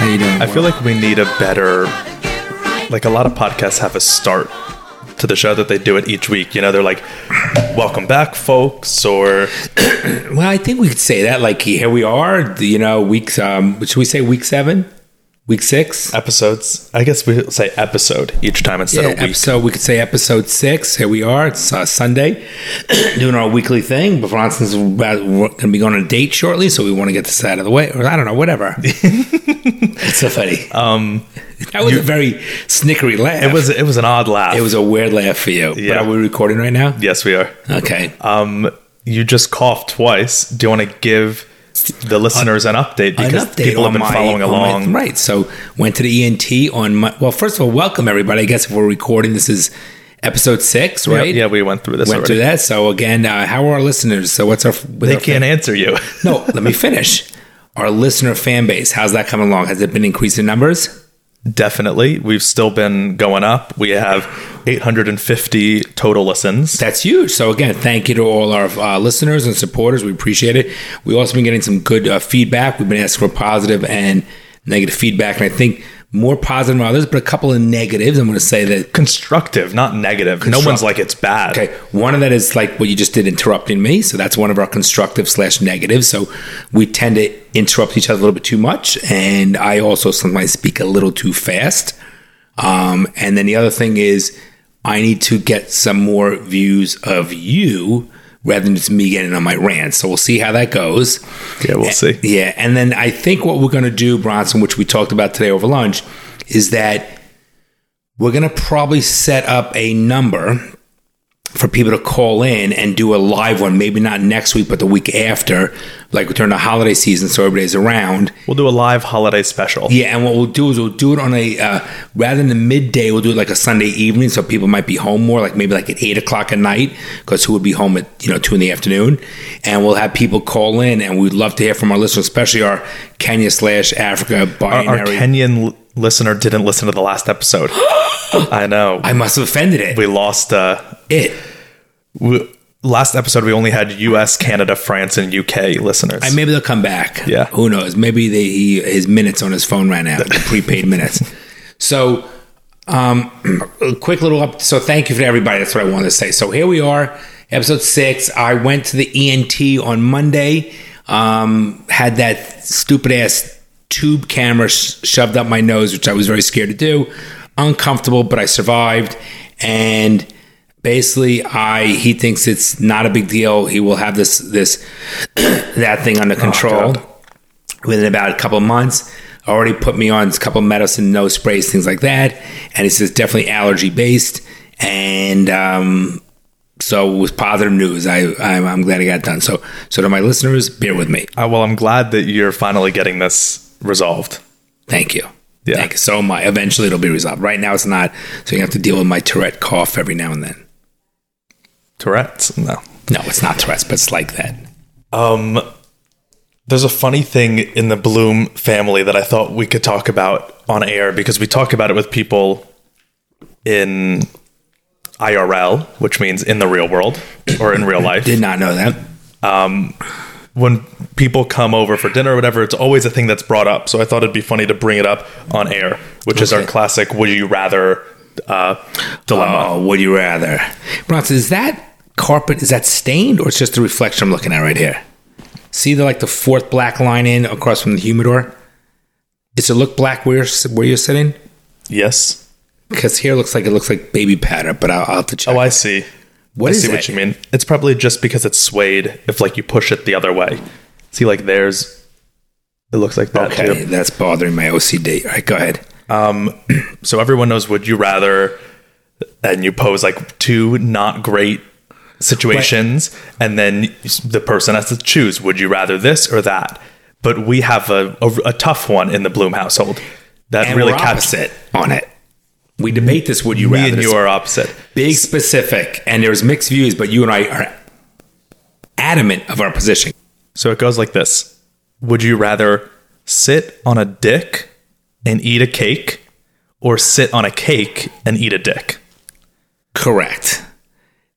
need anymore. I feel like we need a better, like a lot of podcasts have a start to the show that they do it each week. You know, they're like, "Welcome back, folks," or Well, I think we could say that. Like here we are, you know, week. Um, should we say week seven, week six? episodes. I guess we say episode each time instead Yeah, of week. episode. We could say episode six. Here we are. It's uh, Sunday, doing our weekly thing. But Bronson's going to be going on a date shortly, so we want to get this out of the way. Or I don't know, whatever. it's so funny. Um, that was a very snickery laugh. It was it was an odd laugh. It was a weird laugh for you. Yeah. But are we recording right now? yes, we are. Okay. Um, you just coughed twice. Do you want to give the listeners an update because an update people have on been my- following on my- along? right. So went to the ENT on my. Well, first of all, welcome everybody. I guess if we're recording, this is episode six, Yeah, right? Yeah, we went through this Went already. through that. So again, uh, how are our listeners? So what's our? They can't answer you. no, let me finish. Our listener fan base, how's that coming along? Has it been increasing numbers? Definitely, we've still been going up. We have 850 total listens. That's huge. So again, thank you to all our uh, listeners and supporters. We appreciate it. We've also been getting some good uh, feedback. We've been asking for positive and negative feedback, and I think more positive than others, but a couple of negatives. I'm going to say that Constructive, not negative. No one's like it's bad. Okay, one of that is like what you just did, interrupting me. So that's one of our constructive slash negative. So we tend to interrupt each other a little bit too much, and I also sometimes speak a little too fast. Um, and then the other thing is, I need to get some more views of you rather than just me getting on my rant. So we'll see how that goes. Yeah, we'll see. Yeah, and then I think what we're going to do, Bronson, which we talked about today over lunch, is that we're going to probably set up a number for people to call in and do a live one. Maybe not next week, but the week after, like during the holiday season, so everybody's around. We'll do a live holiday special. Yeah, and what we'll do is we'll do it on a uh, rather than the midday, we'll do it like a Sunday evening, so people might be home more, like maybe like at eight o'clock at night, because who would be home at you know two in the afternoon? And we'll have people call in, and we'd love to hear from our listeners, especially our Kenya slash Africa Our, binary. our Kenyan l- listener didn't listen to the last episode. I know. I must have offended it. we lost. Uh, it. we, last episode, we only had U.S., Canada, France, and U.K. listeners. And maybe they'll come back. Yeah. Who knows? Maybe they, he, his minutes on his phone ran out, the prepaid minutes. So, um, a quick little up. So, thank you for everybody. That's what I wanted to say. So, here we are, episode six. I went to the ENT on Monday, um, had that stupid ass tube camera sh- shoved up my nose, which I was very scared to do. Uncomfortable, but I survived. And basically, I he thinks it's not a big deal. He will have this this that thing under control God. within about a couple of months. Already put me on a couple of medicine, nose sprays, things like that. And he says definitely allergy based. And um, so it was positive news. I, I'm, I'm glad I got it done. So so to my listeners, bear with me. Uh, well, I'm glad that you're finally getting this resolved. Thank you. Yeah. Thank you so much. Eventually it'll be resolved. Right now it's not. So you have to deal with my Tourette cough every now and then. Tourette's? No. No, it's not Tourette's, but it's like that. Um, there's a funny thing in the Bloom family that I thought we could talk about on air because we talk about it with people in IRL, which means in the real world or in real life. Did not know that. when people come over for dinner or whatever, it's always a thing that's brought up. So I thought it'd be funny to bring it up on air, which is our Okay. classic "Would you rather" uh, dilemma. Oh, would you rather? Bronson, is that carpet, is that stained or it's just the reflection I'm looking at right here? See the like the fourth black line in across from the humidor? Does it look black where you're, s- where you're sitting? yes. Because here it looks like it looks like baby powder, but I'll, I'll have to check. Oh, I see. What I is see that? what you mean. It's probably just because it's swayed. If like you push it the other way, see, like there's, it looks like that okay, too. that's bothering my OCD. All right, go ahead. So everyone knows "Would you rather," and you pose like two not great situations, and then the person has to choose: Would you rather this or that? But we have a, a, a tough one in the Bloom household that And really we're caps opposite on it. We debate this. Would you Me rather? and you It's are opposite. big specific, and there's mixed views, but you and I are adamant of our position. So it goes like this Would you rather sit on a dick and eat a cake or sit on a cake and eat a dick? Correct.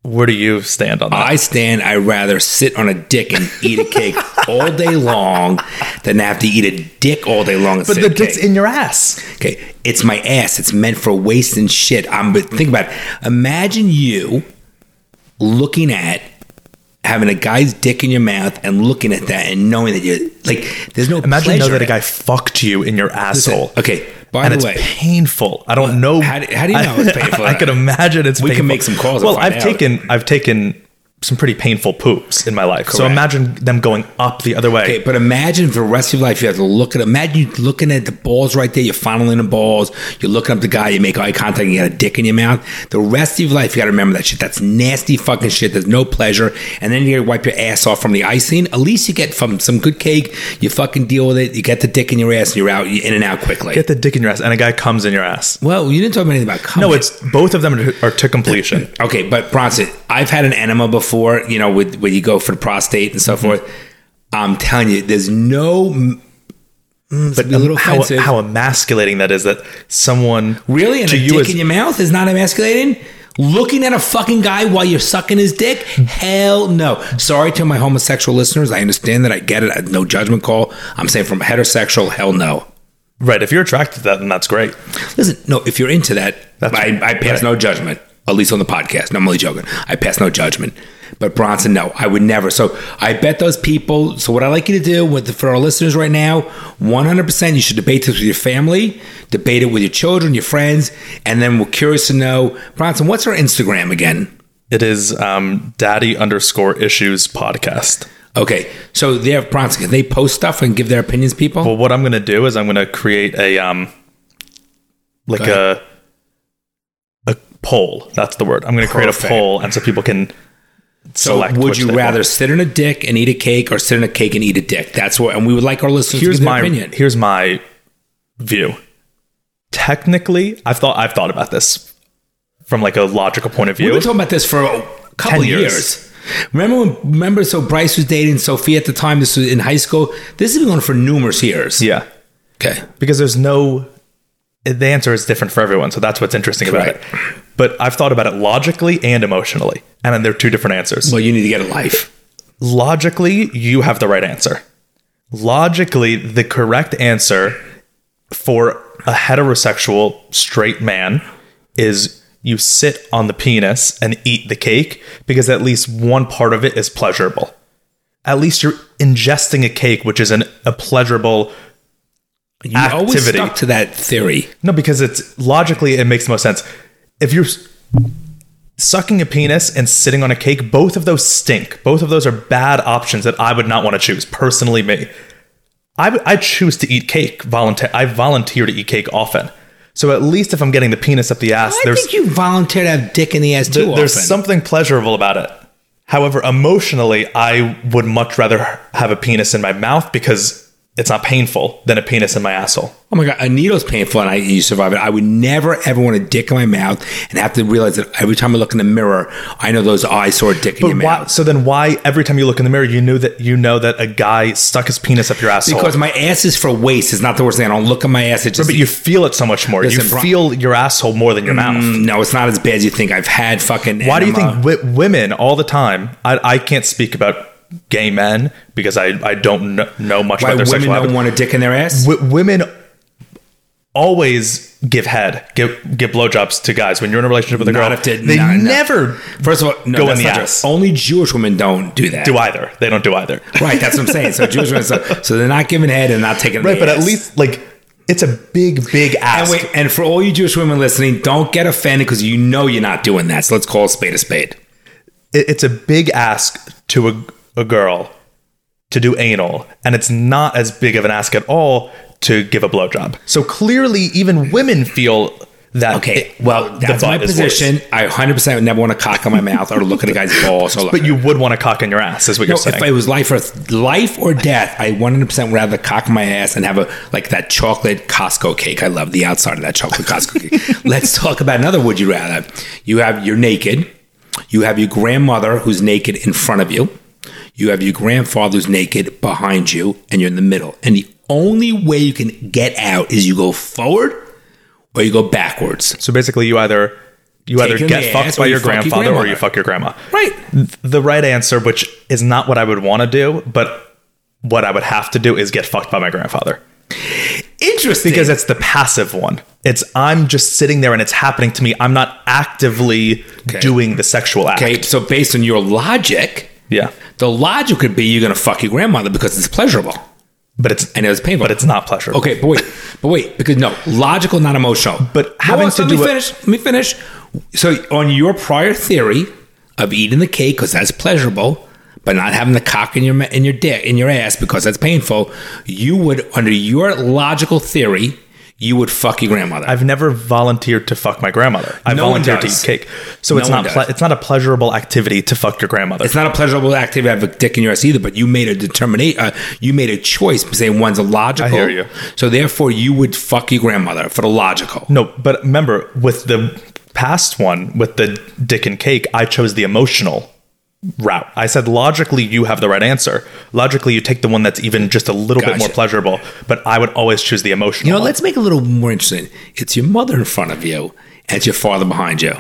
Where do you stand on that? I stand. I rather sit on a dick and eat a cake all day long than have to eat a dick all day long. And but sit the and cake. dick's in your ass. Okay, it's my ass. It's meant for waste and shit. I'm but think about it. Imagine you looking at having a guy's dick in your mouth and looking at that and knowing that you're like there's no Imagine know pleasure that a in it. guy fucked you in your asshole. Okay, by and the it's way, uh, painful. I don't know. how do- how do you know it's painful? I, could imagine it's. We can painful. make some calls and Well, find I've out. taken I've taken some pretty painful poops in my life. So Correct. imagine them going up the other way. Okay, but imagine for the rest of your life you have to look at. Imagine you looking at the balls right there. You're fondling the balls. You're looking up the guy. You make eye contact. and You got a dick in your mouth. The rest of your life you got to remember that shit. That's nasty fucking shit. There's no pleasure. And then you got to wipe your ass off from the icing. At least you get from some good cake. You fucking deal with it. You get the dick in your ass and you're out. You're in and out quickly. Get the dick in your ass, and a guy comes in your ass. well, you didn't talk about anything about cum. No, it's both of them are to completion. Okay, but Bronson, I've had an enema before, you know, with where you go for the prostate and so forth. I'm telling you, there's no. mm, it's gonna be a little how, offensive. how emasculating that is that someone Really? And to a you dick as in your mouth is not emasculating? Looking at a fucking guy while you're sucking his dick? Hell no. Sorry to my homosexual listeners. I understand that. I get it. I- No judgment call. I'm saying from heterosexual, hell no. right. If you're attracted to that, then that's great. Listen, no, if you're into that, That's I, I right. pass no judgment, at least on the podcast. No, I'm only joking. I pass no judgment. But Bronson, no, I would never. So I bet those people. So what I like you to do with for our listeners right now, 100%, you should debate this with your family, debate it with your children, your friends, and then we're curious to know, Bronson, what's our Instagram again? It is um, daddy underscore issues podcast. Okay, so there, Bronson, can they post stuff and give their opinions, people? Well, what I'm going to do is I'm going to create a um, like a a poll. That's the word. I'm going to create a Perfect. poll, and so people can So select. would which you they rather want. sit in a dick and eat a cake, or sit in a cake and eat a dick? That's what, and we would like our listeners Here's to give their my opinion. here's my view. Technically, I've thought I've thought about this from like a logical point of We've view. been talking about this for a couple 10 years. years. Remember when? Remember, so Bryce was dating Sophie at the time. This was in high school. This has been going on for numerous years. yeah, Okay. because there's no the answer is different for everyone so that's what's interesting about Correct. it but i've thought about it logically and emotionally and then they're two different answers Well, you need to get a life. logically you have the right answer logically the correct answer for a heterosexual straight man is you sit on the penis and eat the cake because at least one part of it is pleasurable at least you're ingesting a cake, which is an, a pleasurable. You always Activity. stuck to that theory. No, because it's logically it makes the most sense. If you're s- sucking a penis and sitting on a cake, both of those stink. Both of those are bad options that I would not want to choose. Personally, me, I would- I choose to eat cake. Volunteer, I volunteer to eat cake often. So at least if I'm getting the penis up the ass, I there's think you volunteer to have dick in the ass too often. there's something pleasurable about it. However, emotionally, I would much rather have a penis in my mouth because it's not painful than a penis in my asshole. oh my god, a needle's painful, and I you survive it. I would never ever want a dick in my mouth and have to realize that every time I look in the mirror, I know those eyes saw a dick in your Why, mouth. so then, why every time you look in the mirror, you knew that you know that a guy stuck his penis up your asshole? Because my ass is for waste. It's not the worst thing. I don't look at my ass. It just but you feel it so much more. Listen, Mm, you Bron- feel your asshole more than your mouth. no, it's not as bad as you think. I've had fucking. uh, Why do you enema. think w- women all the time? I, I can't speak about gay men because I, I don't know, know much why about their women sexual habits. don't want a dick in their ass? w- women always give head, give give blowjobs to guys when you're in a relationship with a Not girl. if they- they not- no. never First of all, no, Go that's in the not true. ass. Only Jewish women don't do that. do either. They don't do either. Right, that's what I'm saying. So Jewish women, so, so they're not giving head and not taking. Right, the but at ass. least like it's a big, big And ass. wait, and for all you Jewish women listening, don't get offended because you know you're not doing that. So let's call a spade a spade. it, it's a big ask to a, a girl to do anal, and it's not as big of an ask at all to give a blowjob. So clearly, even women feel that. Okay, it- well, that's my butt is worse. position. I 100 percent would never want to cock in my mouth or look at a guy's balls. Or But you would want to cock in your ass, is what No, you're saying. if it was life or life or death, I 100% would rather cock my ass and have a like that chocolate Costco cake. I love the outside of that chocolate Costco cake. Let's talk about another would you rather. You have you're naked. You have your grandmother who's naked in front of you. You have your grandfather who's naked behind you and you're in the middle. And the only way you can get out is you go forward or you go backwards. So basically, you either You either Take in get the ass fucked or by you your fuck your grandfather or grandmother. you fuck your grandma. Right. The right answer, which is not what I would want to do, but what I would have to do is get fucked by my grandfather Interesting. because it's the passive one. It's I'm just sitting there and it's happening to me. I'm not actively doing the sexual act. okay, so based on your logic, Yeah. the logic would be you're gonna fuck your grandmother because it's pleasurable But it's and it's painful. but it's not pleasurable. Okay, but wait, but wait, because no, logical, not emotional. But having hold on, to let do me a- finish. Let me finish. So on your prior theory of eating the cake because that's pleasurable, but not having the cock in your ma- in your dick in your ass because that's painful, you would under your logical theory, you would fuck your grandmother. I've never volunteered to fuck my grandmother. I No one volunteered to eat does. cake. So No it's one not ple- does. it's not a pleasurable activity to fuck your grandmother. it's not a pleasurable activity to have a dick in your ass either, but you made a determination. Uh, you made a choice saying one's a logical. hear you. So therefore, you would fuck your grandmother for the logical. No, but remember with the past one with the dick and cake, I chose the emotional route. I said logically you have the right answer. Logically you take the one that's even just a little bit more Gotcha. pleasurable, but I would always choose the emotional. You know, one. let's make it a little more interesting. It's your mother in front of you, and it's your father behind you.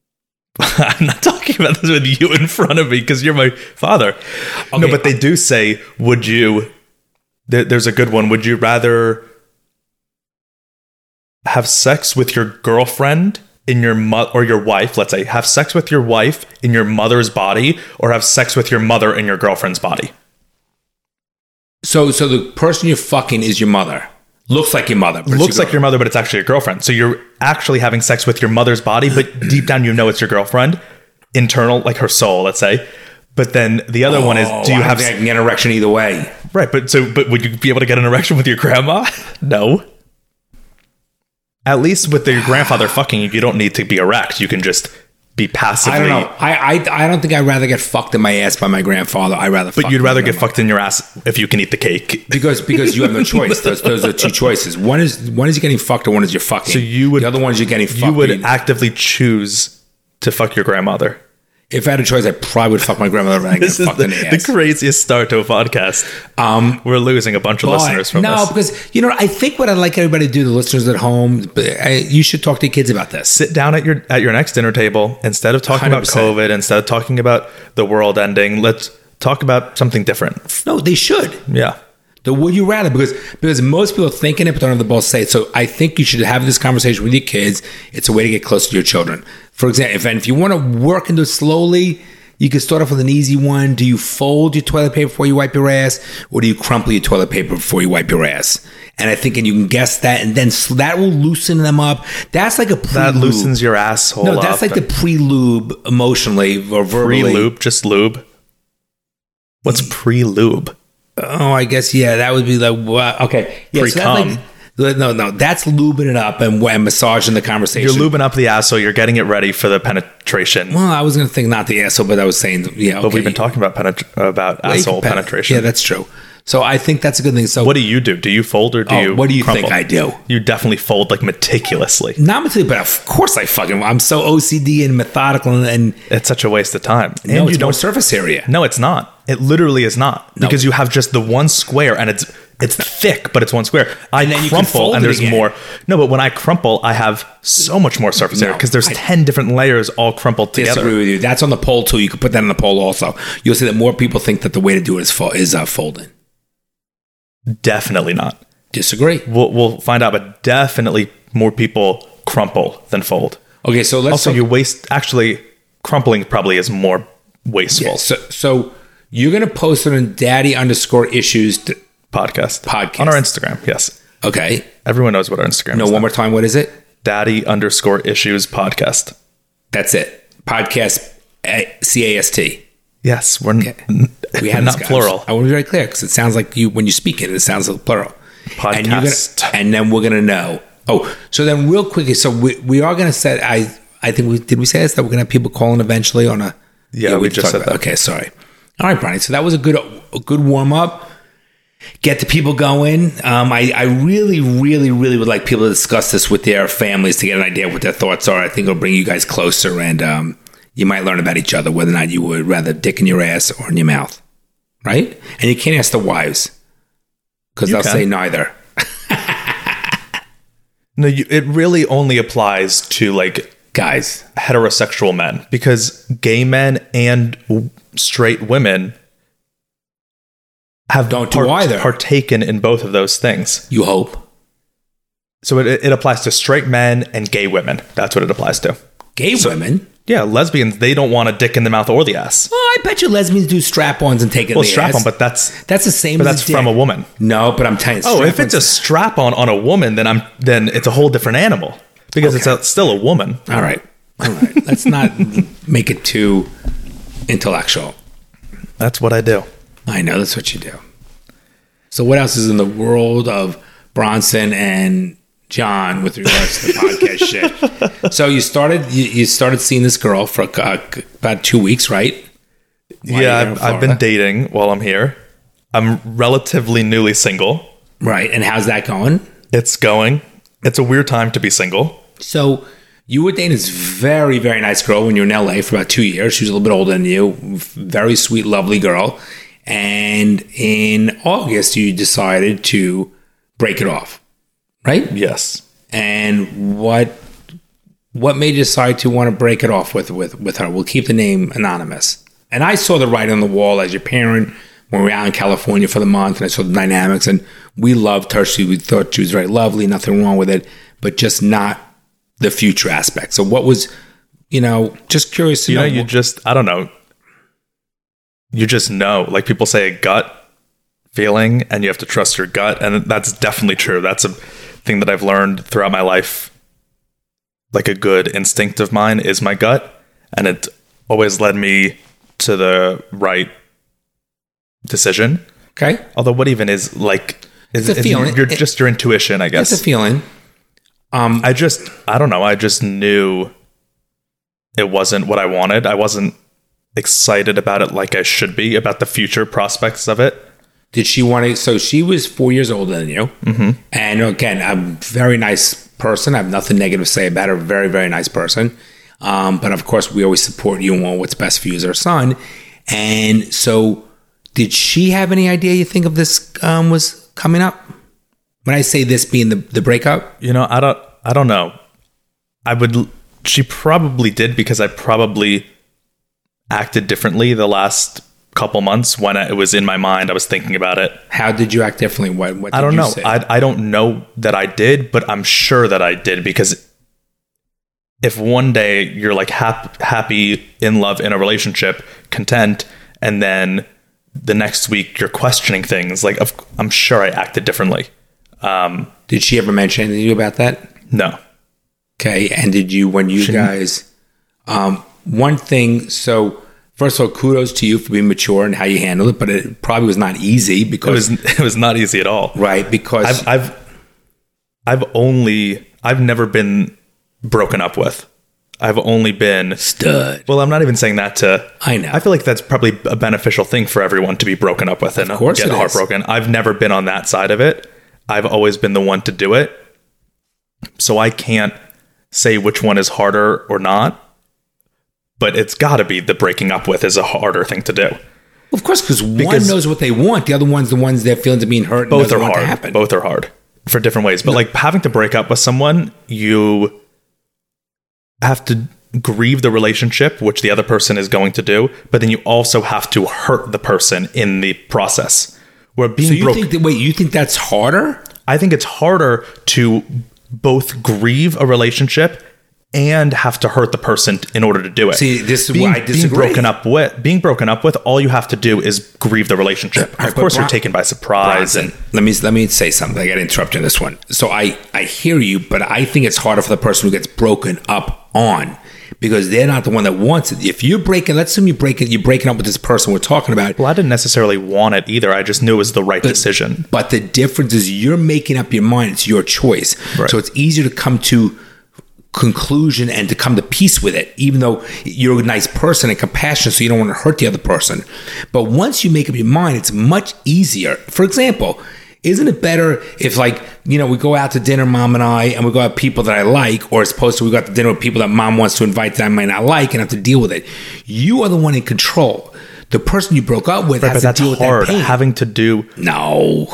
I'm not talking about this with you in front of me because you're my father. No, Okay. but they do say, would you? There, there's a good one. Would you rather have sex with your girlfriend in your mo- or your wife? Let's say have sex with your wife in your mother's body, or have sex with your mother in your girlfriend's body. So, so the person you're fucking is your mother. Looks like your mother. but it's Looks like your girl. mother, but it's actually your girlfriend. So you're actually having sex with your mother's body, but deep down you know it's your girlfriend, internal, like her soul. Let's say. But then the other one is, Oh, do you I don't have think I can get an erection either way? Right, but so but would you be able to get an erection with your grandma? No. At least with your grandfather fucking you, you don't need to be erect. You can just be passively. I don't know. I, I, I don't think I'd rather get fucked in my ass by my grandfather. I'd rather. But you'd rather get fucked in your ass if you can eat the cake. because because you have no choice. Those, those are two choices. One is one is you're getting fucked, and one is you're fucking. So you would- the other one is you're getting fucked. You would And actively choose to fuck your grandmother. if I had a choice, I probably would fuck my grandmother rather than get This is fucked the, in the the ass. craziest start to a podcast. Um, We're losing a bunch of Boy, listeners from no, this. because you know, I think what I'd like everybody to do, the listeners at home, but I, you should talk to your kids about this. Sit down at your at your next dinner table. Instead of talking about 100%. COVID, instead of talking about the world ending, let's talk about something different. No, they should. Yeah. The would you rather? Because because most people are thinking it, but don't have the balls to say it. So I think you should have this conversation with your kids. It's a way to get close to your children. For example, if and if you want to work into it slowly, you can start off with an easy one. Do you fold your toilet paper before you wipe your ass, or do you crumple your toilet paper before you wipe your ass? And I think, and you can guess that, and then s that will loosen them up. That's like a pre That loosens your asshole. No, up that's like the pre-lube emotionally or verbally. pre lube, just lube. What's pre lube? Oh, I guess yeah, that would be like what? Okay, yeah, so Pre-cum. that's like, no, no, that's lubing it up and, and massaging the conversation. You're lubing up the asshole. You're getting it ready for the penetration. Well, I was gonna think not the asshole, but I was saying yeah. Okay. But we've been talking about penet- about Yeah, you asshole can pen- penetration. Yeah, that's true. So I think that's a good thing. So what do you do? Do you fold or do Oh, you? what do you think crumple? I do? You definitely fold like meticulously. Not materially, but of course I fucking. I'm so OCD and methodical and, and It's such a waste of time. And no, you it's don't. more surface area. no, it's not. It literally is not because you have just the one square and it's it's thick, but it's one square. I then you can crumple fold and it there's again. more. No, but when I crumple, I have so much more surface area No, because there's I- ten different layers all crumpled together. Disagree with you. That's on the poll too. You could put that on the poll also. You'll see that more people think that the way to do it is fo- is uh, folding. Definitely not. Disagree. We'll, we'll find out, but definitely more people crumple than fold. Okay, so let's Also, talk- you waste. Actually, crumpling probably is more wasteful. So, so you're going to post it on daddy underscore issues. To, Podcast. Podcast. on our Instagram. Yes, okay. everyone knows what our Instagram. No, is now. one more time. What is it? Daddy underscore issues podcast. That's it. Podcast A- C-A-S-T. Yes, we're n- We had this not guy. plural. I want to be very clear because it sounds like you, when you speak it, it sounds like plural. And, you're gonna- Podcast. and then we're going to know. Oh, so then real quickly. So we, we are going to set, I, I think we, did we say this? That we're going to have people calling eventually on a. Yeah, we did just talk said about- that. Okay, sorry. All right, Brian. So that was a good, a good warm up. get the people going. Um, I, I really, really, really would like people to discuss this with their families to get an idea of what their thoughts are. I think it'll bring you guys closer and um, you might learn about each other, whether or not you would rather dick in your ass or in your mouth. Right? And you can't ask the wives because You they'll can. say neither. No, you, it really only applies to like guys. heterosexual men because gay men and w- straight women have Don't do either. partaken in both of those things. You hope. So it, it applies to straight men and gay women. That's what it applies to. Gay women. Yeah, lesbians they don't want a dick in the mouth or the ass. Well, I bet you lesbians do strap ons and take it in Well, the strap ass. on, but that's that's the same but as that's a dick. from a woman. No, but I'm telling you. Oh, if strap-ons- it's a strap on on a woman, then I'm then it's a whole different animal because it's a, still a woman. All right. All right. Let's not make it too intellectual. That's what I do. I know that's what you do. So, what else is in the world of Bronson and John with regards to the podcast shit? So, you started you, you started seeing this girl for uh, about two weeks, right? While you were yeah, in I've, I've been Florida. dating while I'm here. I'm relatively newly single. right. And how's that going? It's going. It's a weird time to be single. So you were dating this very, very nice girl when you were in LA for about two years. She was a little bit older than you, very sweet, lovely girl. And in August, you decided to break it off, right? Yes. And what what made you decide to want to break it off with with with her? We'll keep the name anonymous. And I saw the writing on the wall as your parent when we were out in California for the month, and I saw the dynamics. And we loved her. She we thought she was very lovely, nothing wrong with it, but just not the future aspect. So what was you know just curious to You know, know, you just, I don't know. You just know. Like people say a gut feeling and you have to trust your gut. And that's definitely true. That's a thing that I've learned throughout my life. Like a good instinct of mine is my gut. And it always led me to the right decision. okay. Although, what even is like, is, It's a is- feeling. You're It- just your intuition, I guess. It's a feeling. Um, I just I don't know. I just knew it wasn't what I wanted. I wasn't excited about it like I should be about the future prospects of it. did she want to so she was four years older than you mm-hmm. and again a very nice person i have nothing negative to say about her very very nice person um, but of course we always support you and want what's best for you as our son and so did she have any idea you think of this um, was coming up when i say this being the, the breakup You know, I don't I don't know. I would l- she probably did because I probably acted differently the last couple months when it was in my mind. I was thinking about it. how did you act differently what, what did I don't you know. say? I, I don't know that I did, but I'm sure that I did because if one day you're like hap- happy, in love, in a relationship, content, and then the next week you're questioning things, like of, I'm sure I acted differently. Um, did she ever mention anything to you about that no, Okay, and did you when you guys? Um, one thing. So first of all, kudos to you for being mature and how you handled it, but it probably was not easy it because was it was not easy at all. right I've because I've I've only I've never been broken up with. I've only been stud. Well, I'm not even saying that to. I know. I feel like that's probably a beneficial thing for everyone to be broken up with and course get it is. heartbroken. I've never been on that side of it. I've always been the one to do it. So I can't say which one is harder or not. But it's got to be the breaking up with is a harder thing to do. Of course, because one Because- knows what they want, the other one's the ones that feelings are being hurt. and both doesn't are want to hard. happen. Both are hard for different ways. But like having to break up with someone, you have to grieve the relationship, which the other person is going to do, but then you also have to hurt the person in the process. Where being So you broke, think that wait, you think that's harder? I think it's harder to both grieve a relationship and have to hurt the person in order to do it. See, this is being, why I disagree. Being broken up with, being broken up with, all you have to do is grieve the relationship. right, of but course, Bron- you're taken by surprise Bronson, and let me let me say something. I got interrupted in this one. So I I hear you, but I think it's harder for the person who gets broken up on because they're not the one that wants it. If you're breaking, let's assume you're breaking you're breaking up with this person we're talking about. Well, I didn't necessarily want it either. I just knew it was the right decision. But the difference is you're making up your mind. It's your choice. Right. So it's easier to come to conclusion and to come to peace with it, even though you're a nice person and compassionate, so you don't want to hurt the other person. But once you make up your mind, it's much easier. For example, isn't it better if like, you know, we go out to dinner, mom and I, and we go out with people that I like, or as opposed to we go out to dinner with people that mom wants to invite that I might not like and have to deal with it. You are the one in control. The person you broke up with But has that's to deal with hard. that pain. Having to do no.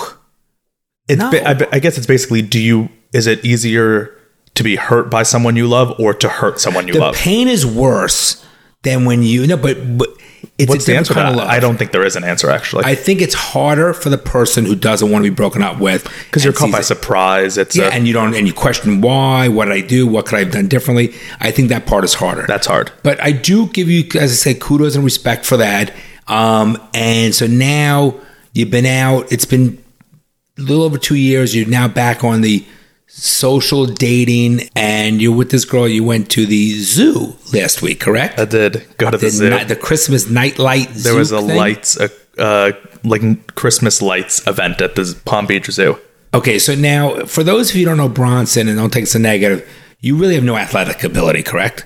it's. No. ba- I, I guess it's basically. Do you? Is it easier to be hurt by someone you love or to hurt someone you The love? pain is worse than when you no, but but it's What's a the different answer to kind that? of love. I don't think there is an answer actually. I think it's harder for the person who doesn't want to be broken up with Because you're and caught sees by it. surprise. It's Yeah, a, and you don't, and you question why. What did I do? What could I have done differently? I think that part is harder. that's hard. But I do give you, as I say, kudos and respect for that. Um, and so now you've been out. It's been a little over two years. You're now back on the social dating, and you're with this girl. You went to the zoo last week, correct? I did go to the, the, zoo. ni- the Christmas nightlight. there was a lights, a uh, like n- Christmas lights event at the Z- Palm Beach Zoo. Okay, so now for those of you who don't know Bronson and don't take it's a negative, you really have no athletic ability, correct?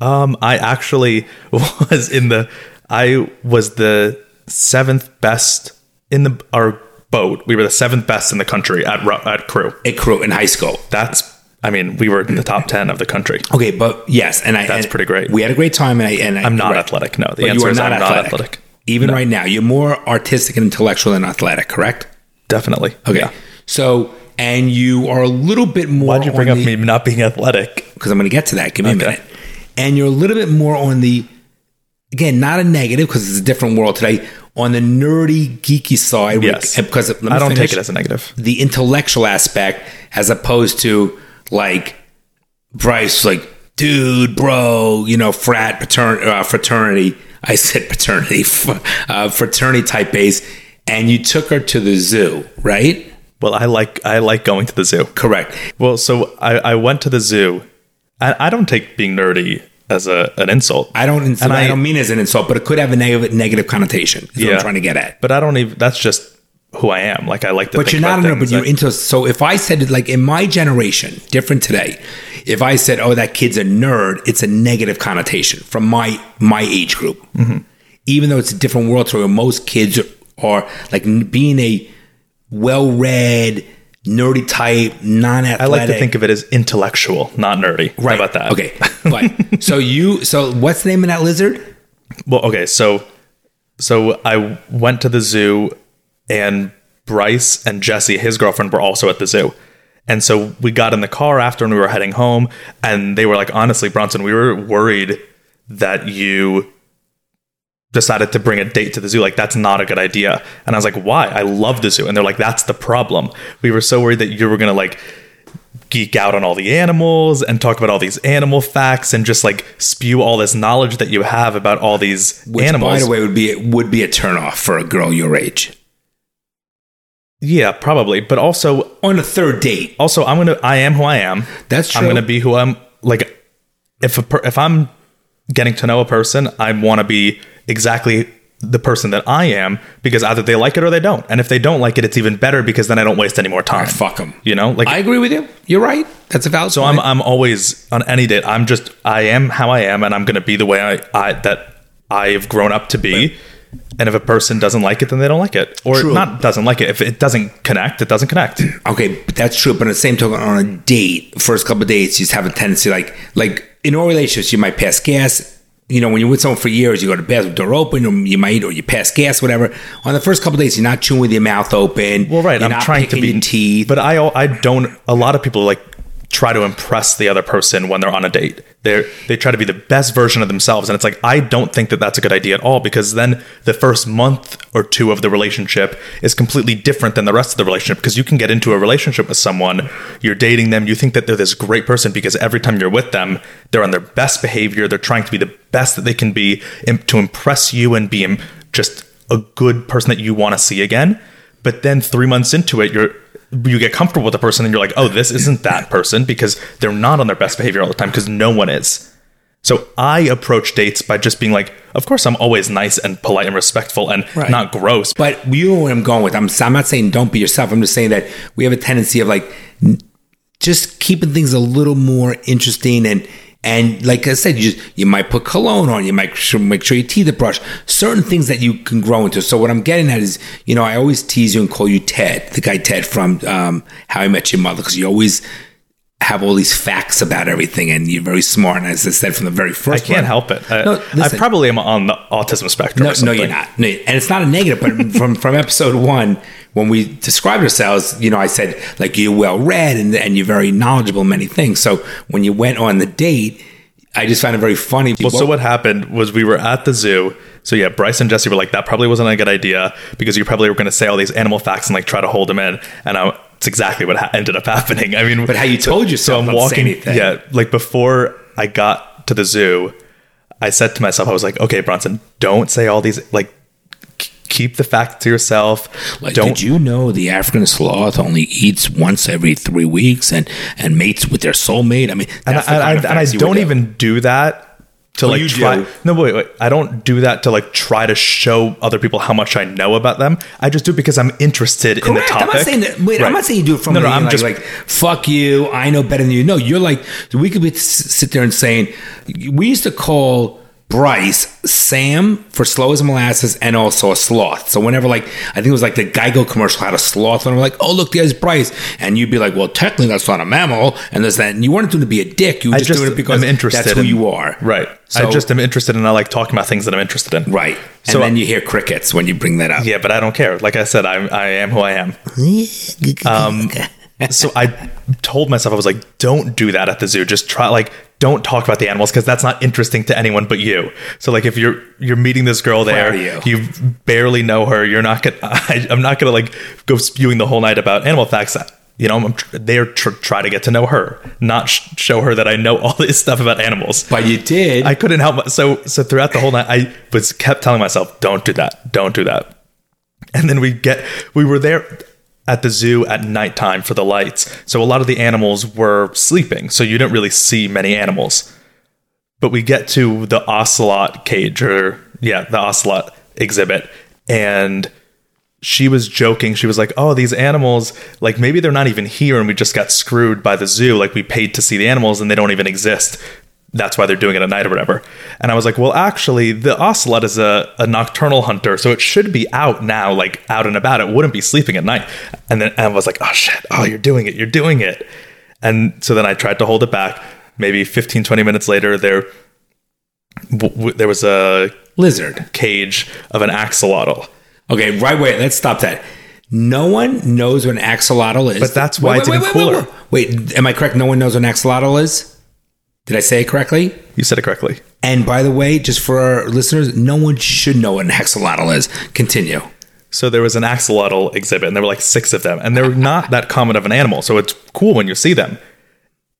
Um, I actually was in the, I was the seventh best in the our boat. We were the seventh best in the country at ru- at crew. At crew in high school. That's, I mean, we were in the top ten of the country. Okay, but yes, and I That's and pretty great. We had a great time, and I and I, I'm not right. athletic. No, the But answer you are is not I'm athletic. not athletic. Even right now, you're more artistic and intellectual than athletic, correct? Definitely. Okay, Yeah. so and you are a little bit more. Why'd you bring up me not being athletic? Because I'm going to get to that. Give me Okay. a minute. And you're a little bit more on the again, not a negative because it's a different world today. On the nerdy, geeky side, where- Yes. and because eh, let me I don't finish. take it as a negative. the intellectual aspect as opposed to like Bryce, like dude, bro, you know, frat patern- uh, fraternity. I said paternity, f- uh, fraternity type base, and you took her to the zoo, right? Well, I like I like going to the zoo. Correct. Well, so I, I went to the zoo. I, I don't take being nerdy as a an insult. I don't. Insult, And I, I- don't mean it as an insult, but it could have a negative negative connotation. Is what Yeah. I'm trying to get at. but I don't even. That's just who I am. Like I like to. But think you're not about a nerd, but things. you're I- into. So if I said, like, in my generation, different today, if I said, "Oh, that kid's a nerd," it's a negative connotation from my my age group. Mm-hmm. Even though it's a different world to where most kids are like n- being a well-read, nerdy type, non-athletic. I like to think of it as intellectual, not nerdy. How about that? Okay, but so you, so what's the name of that lizard? Well, okay. So, so I went to the zoo, and Bryce and Jesse, his girlfriend, were also at the zoo. And so we got in the car after, and we were heading home. And they were like, "Honestly, Bronson, we were worried that you decided to bring a date to the zoo. Like, that's not a good idea. And I was like, why? I love the zoo. And they're like, that's the problem. We were so worried that you were going to like geek out on all the animals and talk about all these animal facts and just like spew all this knowledge that you have about all these Which, animals. by the way, would be would be a turnoff for a girl your age yeah, probably. But also, on a third date. also, I'm going to, I am who I am. That's true. I'm going to be who I'm like. If a per, if I'm getting to know a person, I want to be exactly the person that I am because either they like it or they don't. And if they don't like it, it's even better because then I don't waste any more time. fuck 'em. You know, like I agree with you. You're right. That's a valid. so I'm I'm always on any date. I'm just I am how I am, and I'm going to be the way I, I that I have grown up to be. And if a person doesn't like it, then they don't like it, or True. not doesn't like it. If it doesn't connect, it doesn't connect. Okay, but that's true. But on the same token, on a date, first couple of dates, you just have a tendency like like in all relationships, you might pass gas. You know, when you're with someone for years, you go to bed with the door open, or you might, or you pass gas, whatever. On the first couple of dates, you're not chewing with your mouth open. Well, right. You're I'm not trying to picking be your teeth. but I I don't. A lot of people like try to impress the other person when they're on a date. They are they try to be the best version of themselves, and it's like I don't think that that's a good idea at all because then the first month or two of the relationship is completely different than the rest of the relationship because you can get into a relationship with someone, you're dating them, you think that they're this great person because every time you're with them, they're on their best behavior, they're trying to be the best that they can be im- to impress you and be im- just a good person that you want to see again but then three months into it you're you get comfortable with the person and you're like oh this isn't that person because they're not on their best behavior all the time because no one is so i approach dates by just being like of course i'm always nice and polite and respectful and Right. not gross but But you know what I'm going with. I'm, I'm not saying don't be yourself. I'm just saying that we have a tendency of like n- just keeping things a little more interesting and and like I said, you just, you might put cologne on. You might sure, make sure you teeth are brushed. Certain things that you can grow into. So what I'm getting at is, you know, I always tease you and call you Ted, the guy Ted from um, How I Met Your Mother, because you always have all these facts about everything, and you're very smart. And as I said from the very I first, can't one- help it. I, No, I listen. probably am on the autism spectrum. No, or no, something. you're not. No, and it's not a negative, but from from episode one, when we described ourselves, you know, I said like you're well read and and you're very knowledgeable in many things. So when you went on the date, I just found it very funny. Well, so what happened was we were at the zoo. So yeah, Bryce and Jesse were like, "That probably wasn't a good idea because you probably were going to say all these animal facts and like try to hold him in." And I, it's exactly what ha- ended up happening. I mean, But how you told yourself I'm not to say anything. Yeah, like before I got to the zoo, I said to myself, I was like, "Okay, Bronson, don't say all these like." k- Keep the facts to yourself. Like, don't did you know the African sloth only eats once every three weeks and, and mates with their soulmate? I mean, and that's the I, kind and of I, and I facts you would don't do. even do that to Well, like you try. do. No, wait, wait. I don't do that to like try to show other people how much I know about them. I just do it because I'm interested in the Correct. topic. I'm not saying that. Wait, Right. I'm not saying you do it from No, no. the- I'm like, just like fuck you. I know better than you. No, you're like we could be s- sit there and saying we used to call Bryce Sam for slow as molasses and also a sloth. So whenever like I think it was like the Geico commercial had a sloth, and I'm like, oh look, there's Bryce, and you'd be like, well, technically that's not a mammal, and there's that, and you weren't doing it to be a dick. You were I just, doing it because I'm interested that's who in- you are, Right. So I just am interested and I like talking about things that I'm interested in. right. And So- then you hear crickets when you bring that up. Yeah, but I don't care. Like I said, I'm I am who I am. Um, so I told myself I was like, don't do that at the zoo. Just try like don't talk about the animals because that's not interesting to anyone but you. So like if you're you're meeting this girl there, Proud of you. barely know her. You're not gonna. I, I'm not gonna like go spewing the whole night about animal facts. You know, I'm tr- there to try to get to know her, not sh- show her that I know all this stuff about animals. But you did. I couldn't help my, so so throughout the whole night I was kept telling myself don't do that don't do that and then we get we were there at the zoo at nighttime for the lights so a lot of the animals were sleeping so you didn't really see many animals but we get to the ocelot cage or yeah the ocelot exhibit and she was joking she was like oh these animals like maybe they're not even here and we just got screwed by the zoo like we paid to see the animals and they don't even exist that's why they're doing it at night or whatever and i was like well actually the ocelot is a, a nocturnal hunter so it should be out now like out and about it wouldn't be sleeping at night and then i was like oh shit oh you're doing it you're doing it and so then I tried to hold it back. Maybe 15, 20 minutes later, there, w- w- there was a Lizard. cage of an axolotl. Okay, right. Wait, let's stop that. No one knows what an axolotl is. But that's why it's even cooler. Wait, wait, am I correct? No one knows what an axolotl is? Did I say it correctly? You said it correctly. And by the way, just for our listeners, no one should know what an axolotl is. Continue. So there was an axolotl exhibit, and there were like six of them, and they're not that common of an animal. So it's cool when you see them.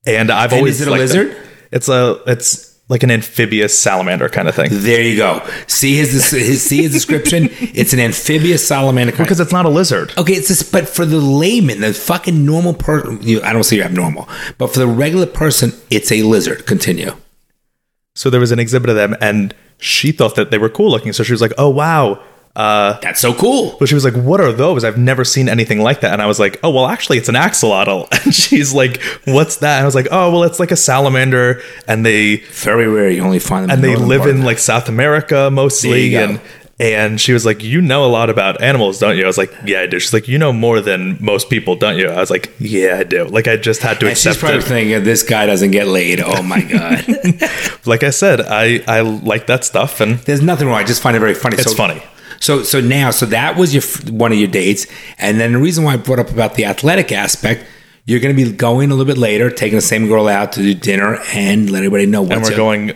And I've And always is it a liked them. lizard? It's a it's like an amphibious salamander kind of thing There you go. See his, his see his description. it's an amphibious salamander. kind. because it's not a lizard. Okay, it's just, but for the layman, the fucking normal person, you, I don't say you're abnormal, but for the regular person, it's a lizard. Continue. So there was an exhibit of them, and she thought that they were cool looking. So she was like, "Oh wow, That's so cool. But she was like, "What are those? I've never seen anything like that." And I was like, "Oh, well, actually, it's an axolotl." And she's like, "What's that?" And I was like, "Oh, well, it's like a salamander, and they Very rare. You only find them. and the they northern live part. in like South America mostly." There you And go. and she was like, "You know a lot about animals, don't you?" I was like, "Yeah, I do." She's like, "You know more than most people, don't you?" I was like, "Yeah, I do." Like I just had to And she's accept probably it. thinking this guy doesn't get laid. Oh my god! Like I said, I I like that stuff, and There's nothing wrong. I just find it very funny. It's so, funny. So so now so that was your f- one of your dates, and then the reason why I brought up about the athletic aspect, you're going to be going a little bit later, taking the same girl out to do dinner, and let everybody know what's and we're your- going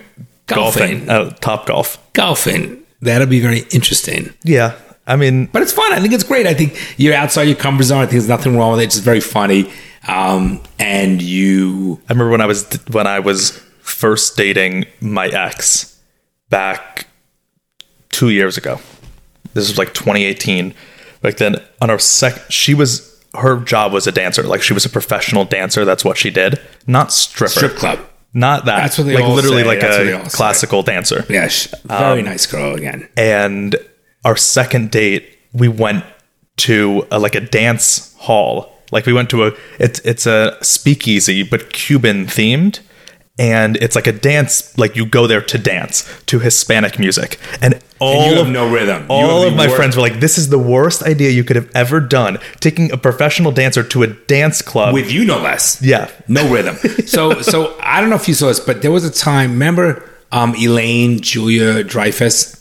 golfing, Golfing. uh, top golf. golfing. That'll be very interesting. Yeah, I mean, But it's fun. I think it's great. I think you're outside your comfort zone. I think there's nothing wrong with it. It's just very funny. Um, and you I remember when I was when I was first dating my ex back two years ago. This was like 2018. Back then, on our sec, she was her job was a dancer. Like she was a professional dancer. That's what she did. Not stripper. strip club. Not that. That's what they like all literally say. like That's what they a all say. classical dancer. Yes, Um, very nice girl again. And our second date, we went to a, like a dance hall. Like we went to a it's it's a speakeasy but Cuban themed. and it's like a dance like you go there to dance to hispanic music and all you have of, no rhythm. You all have of the my worst- friends were like this is the worst idea you could have ever done taking a professional dancer to a dance club with you no less. yeah no rhythm. So so I don't know if you saw this, but there was a time. Remember um, Elaine Julia Dreyfus?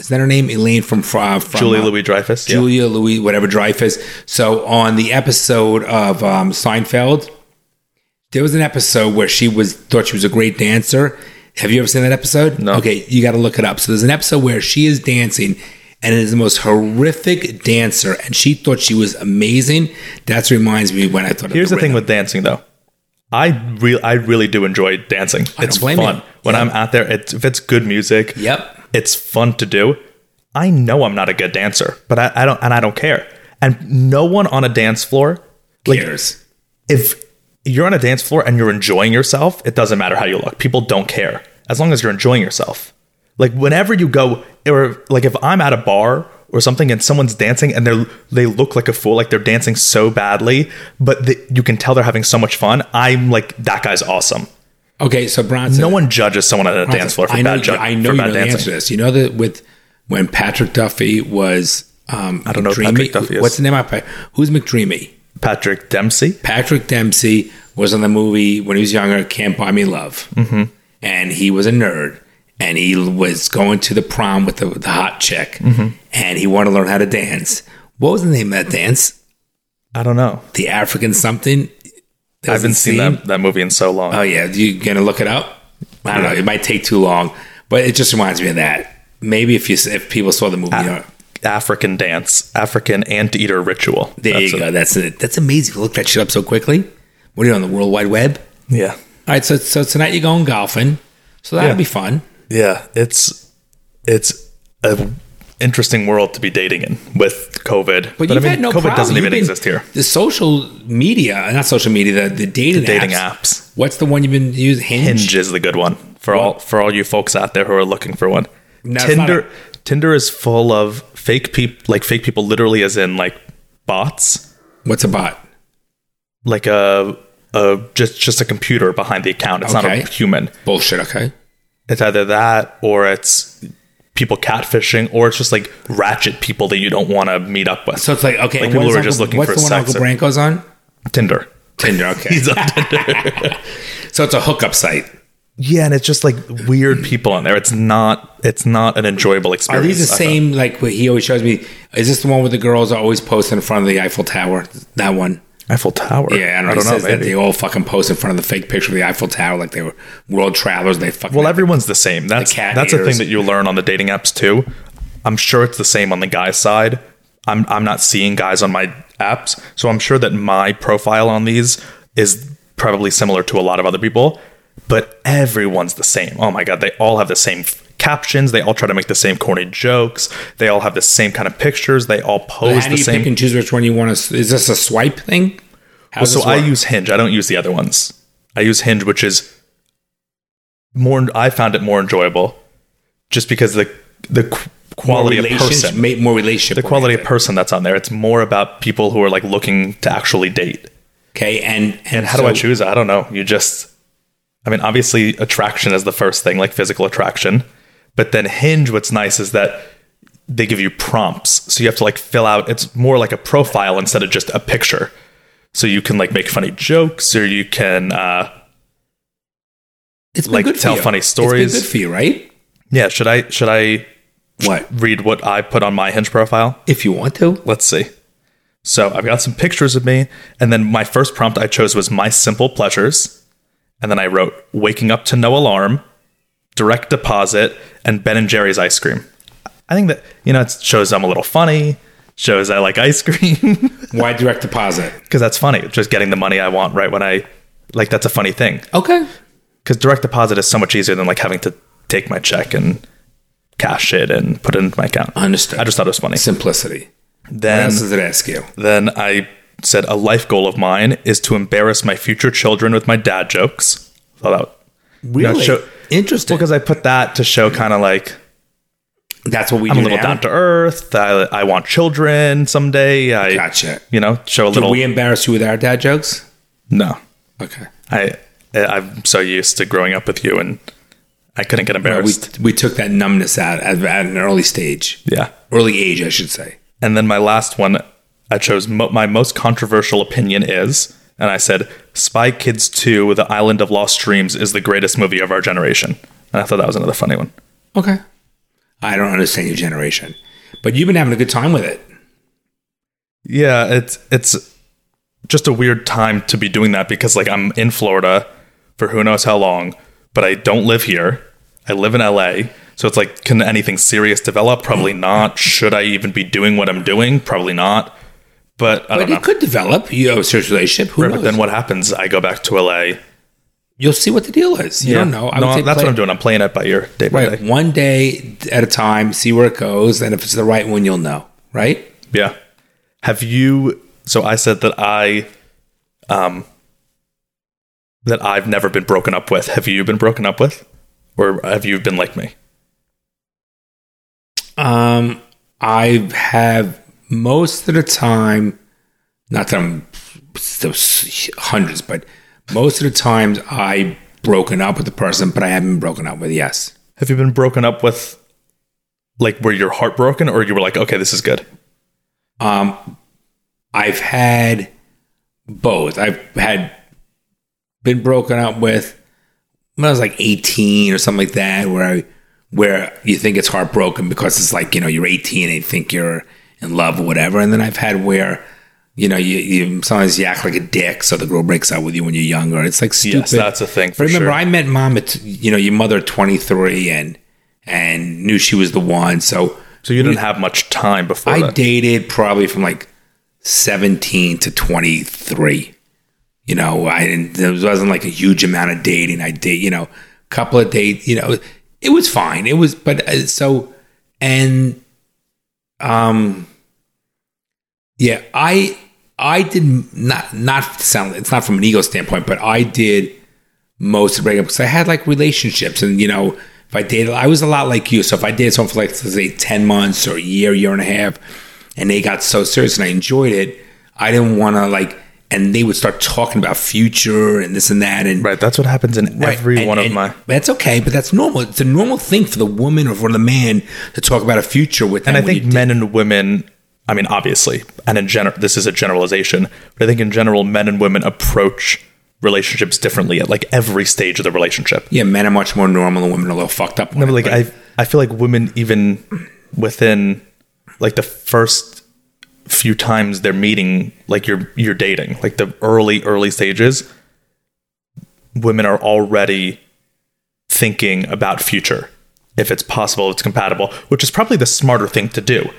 Is that her name? Elaine from Fra from julie uh, louis dreyfus Julia Louis whatever Dreyfus. So on the episode of um, Seinfeld, there was an episode where she was thought she was a great dancer. Have you ever seen that episode? No. Okay, you got to look it up. So there's an episode where she is dancing and it is the most horrific dancer and she thought she was amazing. That reminds me when I thought Here's of the thing with dancing, though. I really, I really do enjoy dancing. it's blame fun you. when I'm out there. It's, if it's good music, Yep. it's fun to do. I know I'm not a good dancer, but I, I don't, and I don't care. And no one on a dance floor, like Cares. if you're on a dance floor and you're enjoying yourself, it doesn't matter how you look. People don't care as long as you're enjoying yourself. Like whenever you go, or like if I'm at a bar or something and someone's dancing and they're they look like a fool, like they're dancing so badly, but the, you can tell they're having so much fun. I'm like that guy's awesome. Okay, so Bronson. No one judges someone on a Bronson, dance floor for I know, bad you- ju- I know for you bad know the answer to dancing. this. You know that with when Patrick Duffy was. Um, I don't know who Patrick Duffy is. What's the name of Pa- who's McDreamy? Patrick Dempsey. Patrick Dempsey was on the movie when he was younger, Can't Buy Me Love. Mm-hmm. And he was a nerd. And he was going to the prom with the, the hot chick. Mm-hmm. And he wanted to learn how to dance. What was the name of that dance? I don't know. The African something? There I was a haven't seen scene? that, that movie in so long. Oh, yeah. You going to look it up? I don't know. It might take too long. But it just reminds me of that. Maybe if you if people saw the movie, Ah, uh, African dance, African anteater ritual. there That's you it. go. That's it. That's amazing. You look that shit up so quickly. What are you on the World Wide Web? Yeah. All right, so so tonight you're going golfing, so that'll Yeah. be fun. yeah it's it's a interesting world to be dating in with covid But, you've had no covid problem. doesn't You've even been- exist here The social media, not social media, the, the dating dating apps. apps What's the one you've been using? Hinge. hinge is the good one for all for all you folks out there who are looking for one No, it's tinder not tinder is full of fake people like fake people literally as in like bots What's a bot? like a a just just a computer behind the account it's Okay. not a human Bullshit. Okay. it's either that or it's people catfishing or it's just like ratchet people that you don't want to meet up with So it's like okay, Like what people is who are just looking what's for the one sex Uncle or- Branco's on? tinder Tinder. Okay. He's on so it's a hookup site. Yeah, and it's just like weird people on there. It's not it's not an enjoyable Are experience. Uh-huh. these the I same? Like what he always shows me. Is this the one where the girls are always posting in front of the Eiffel Tower? That one. thought. Eiffel Tower. Yeah, I don't know. He says that they all fucking post in front of the fake picture of the Eiffel Tower like they were world travelers. They fucking well, everyone's the same. That's cat that's a haters. thing that you learn on the dating apps too. I'm sure it's the same on the guy side. I'm I'm not seeing guys on my apps, so I'm sure that my profile on these is probably similar to a lot of other people. But everyone's the same. Oh my god, they all have the same f- captions. They all try to make the same corny jokes. They all have the same kind of pictures. They all pose How the do you same. pick and choose which one you want to? Is this a swipe thing? How does so this I work? use Hinge. I don't use the other ones. I use Hinge, which is more. I found it more enjoyable, just because the the qu- more quality of relationship- person, ma- more relationship. the quality of person that's on there. It's more about people who are like looking to actually date. Okay, and and, And how do I choose? I don't know. You just, I mean, obviously attraction is the first thing, like physical attraction. But then Hinge, what's nice is that they give you prompts, so you have to like fill out. It's more like a profile instead of just a picture. So you can like make funny jokes, or you can, uh, It's been like, good for tell you. funny It's been stories? good for you, right? yeah. Should I should I What read what I put on my Hinge profile? if you want to? Let's see. So I've got some pictures of me, and then my first prompt I chose was my simple pleasures, and then I wrote waking up to no alarm, direct deposit, and Ben and Jerry's ice cream. I think that you know it shows I'm a little funny, shows I like ice cream Why direct deposit? because that's funny. Just getting the money I want right when I like that's a funny thing Okay, because direct deposit is so much easier than like having to take my check and cash it and put it into my account. Understood. I just thought it was funny. simplicity. What Then else does it ask you? then I said a life goal of mine is to embarrass my future children with my dad jokes. Thought out Really show- interesting. because I put that to show kind of like that's what we I'm a do little now. down to earth. I, I want children someday. I Gotcha. You know, show a Do little. we embarrass you with our dad jokes? no, Okay. I I- I'm so used to growing up with you, and I couldn't get We, embarrassed. we took that numbness out at, at an early stage, yeah. early age, I should say. And then my last one, I chose mo- my most controversial opinion is, and I said, Spy Kids 2 The Island of Lost Dreams is the greatest movie of our generation. And I thought that was another funny one. Okay. I don't understand your generation, but you've been having a good time with it. Yeah, it's it's just a weird time to be doing that because like I'm in Florida for who knows how long, but I don't live here. I live in LA. So it's like can anything serious develop? Probably not. Should I even be doing what I'm doing? Probably not. But I But don't know. it could develop. You have a serious relationship. Who but knows? then what happens? I go back to LA. You'll see what the deal is. You don't know. no, would say that's play- what I'm doing. I'm playing it by ear day by Right. day. One day at a time, see where it goes. And if it's the right one, you'll know. Right? Yeah. Have you? So I said that I, um, that I've never been broken up with. Have you been broken up with, or have you been like me? Um, I have most of the time, not that I'm those hundreds, but most of the times I've broken up with the person, but I haven't been broken up with. Yes. Have you been broken up with, like where you're heartbroken, or you were like, okay, this is good. Um, I've had both. I've had been broken up with when I was like 18 or something like that, where I where you think it's heartbroken because it's like you know you're 18 and you think you're in love or whatever, and then I've had where you know you, you sometimes you act like a dick, so the girl breaks up with you when you're younger. It's like stupid. Yes, that's a thing for But remember, sure. I met mom at you know your mother at 23 and and knew she was the one, so. so you didn't have much time before. I that. dated probably from like 17 to 23. You know, I didn't, there wasn't like a huge amount of dating. I did, you know, a couple of dates, you know, it was fine. It was, but uh, so, and, um, yeah, I, I did not, not sound, it's not from an ego standpoint, but I did most of the breakup because I had like relationships and you know if I dated I was a lot like you so if I dated someone for like let's say ten months or a year year and a half and they got so serious and I enjoyed it I didn't want to like and they would start talking about future and this and that and right. That's what happens in Right, every and- one of and my. that's okay but that's normal it's a normal thing for the woman or for the man to talk about a future with and I them when think you men and women. I mean, obviously, and in general, this is a generalization, but I think in general, men and women approach relationships differently at like every stage of the relationship. yeah men are much more normal and women are a little fucked up No, but like I, I feel like women even within like the first few times they're meeting, like you're you're dating, like the early early stages, women are already thinking about future, if it's possible, it's compatible, which is probably the smarter thing to do.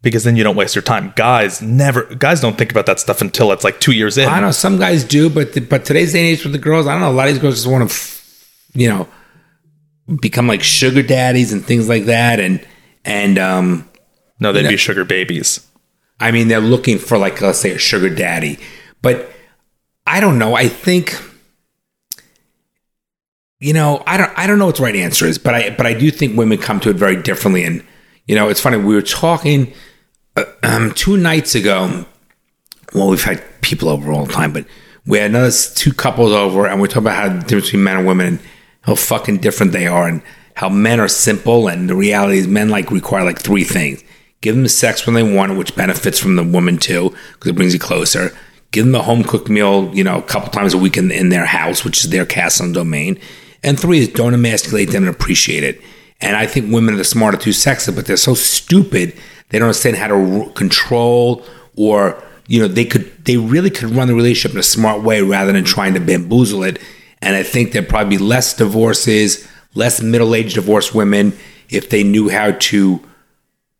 Because then you don't waste your time. Guys never, guys don't think about that stuff until it's like two years in. I know some guys do, but the, but today's day and age with the girls, I don't know. A lot of these girls just want to, you know, become like sugar daddies and things like that, and and um, no, they'd be sugar babies. I mean they're looking for like let's say a sugar daddy, but I don't know. I think, you know, I don't I don't know what the right answer is, but I but I do think women come to it very differently, and you know, it's funny. We were talking um, two nights ago, well, we've had people over all the time, but we had another s- two couples over, and we're talking about how the difference between men and women and how fucking different they are, and how men are simple, and the reality is men like require like three things: give them sex when they want it, which benefits from the woman too, because it brings you closer. Give them a home cooked meal, you know, a couple times a week in, in their house, which is their castle and domain. And three is don't emasculate them and appreciate it. And I think women are the smarter two sexes, but they're so stupid they don't understand how to r- control or you know they could they really could run the relationship in a smart way rather than trying to bamboozle it and i think there'd probably be less divorces less middle-aged divorced women if they knew how to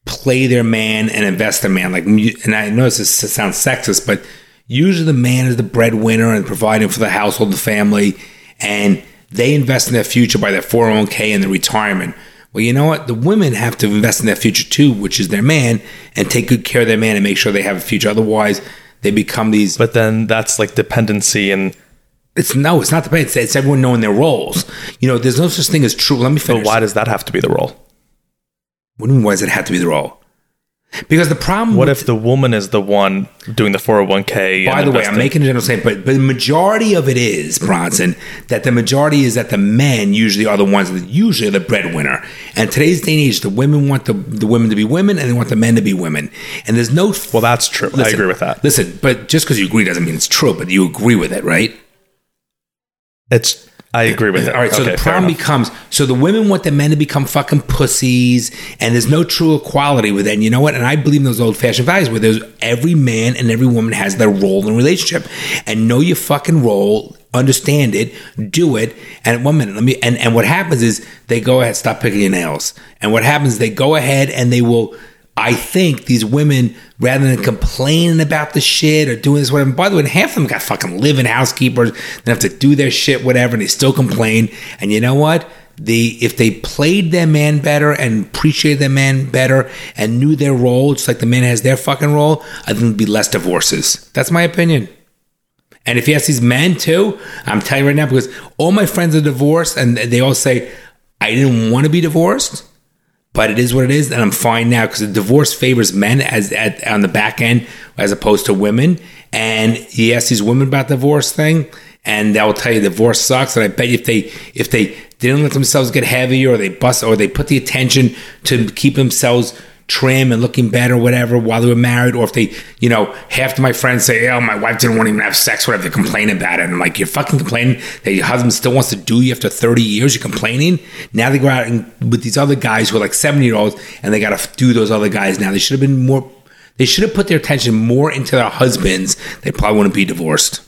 play their man and invest their man like mu- and i know this is, sounds sexist but usually the man is the breadwinner and providing for the household the family and they invest in their future by their 401k and their retirement well you know what the women have to invest in their future too which is their man and take good care of their man and make sure they have a future otherwise they become these But then that's like dependency and it's no it's not the it's, it's everyone knowing their roles you know there's no such thing as true let me finish why does that have to be the role? what do you mean why does it have to be the role Because the problem What if the woman is the one doing the 401k? By and the way, I'm investing? making a general statement, but, but the majority of it is, Bronson, that the majority is that the men usually are the ones that usually are the breadwinner. And today's day and age, the women want the, the women to be women and they want the men to be women. And there's no. Well, that's true. I agree with that. Listen, but just because you agree doesn't mean it's true, but you agree with it, right? It's I agree with it. All right, so Okay, the fair problem enough. becomes so the women want the men to become fucking pussies, and there's no true equality with that. And you know what? And I believe in those old fashioned values where there's every man and every woman has their role in a relationship, and know your fucking role, understand it, do it. And one minute, let me. And and what happens is they go ahead, stop picking your nails. And what happens is they go ahead and they will. I think these women, rather than complaining about the shit or doing this, whatever, and by the way, and half of them got fucking living housekeepers that have to do their shit, whatever, and they still complain. And you know what? They, if they played their man better and appreciated their man better and knew their role, just like the man has their fucking role, I think there'd be less divorces. That's my opinion. And if you ask these men too, I'm telling you right now, because all my friends are divorced and they all say, I didn't want to be divorced but it is what it is, and I'm fine now because the divorce favors men as at, on the back end as opposed to women. And you ask these women about divorce thing, and they'll tell you divorce sucks. And I bet you if they if they didn't let themselves get heavy, or they bust, or they put the attention to keep themselves trim and looking better, whatever, while they were married, or if they, you know, half of my friends say, "Oh, my wife didn't want to even have sex," whatever. They complain about it, and I'm like, "You're fucking complaining that your husband still wants to do you after 30 years. You're complaining." Now they go out and with these other guys who are like 70 year olds, and they got to do those other guys now. They should have been more. They should have put their attention more into their husbands. They probably wouldn't be divorced.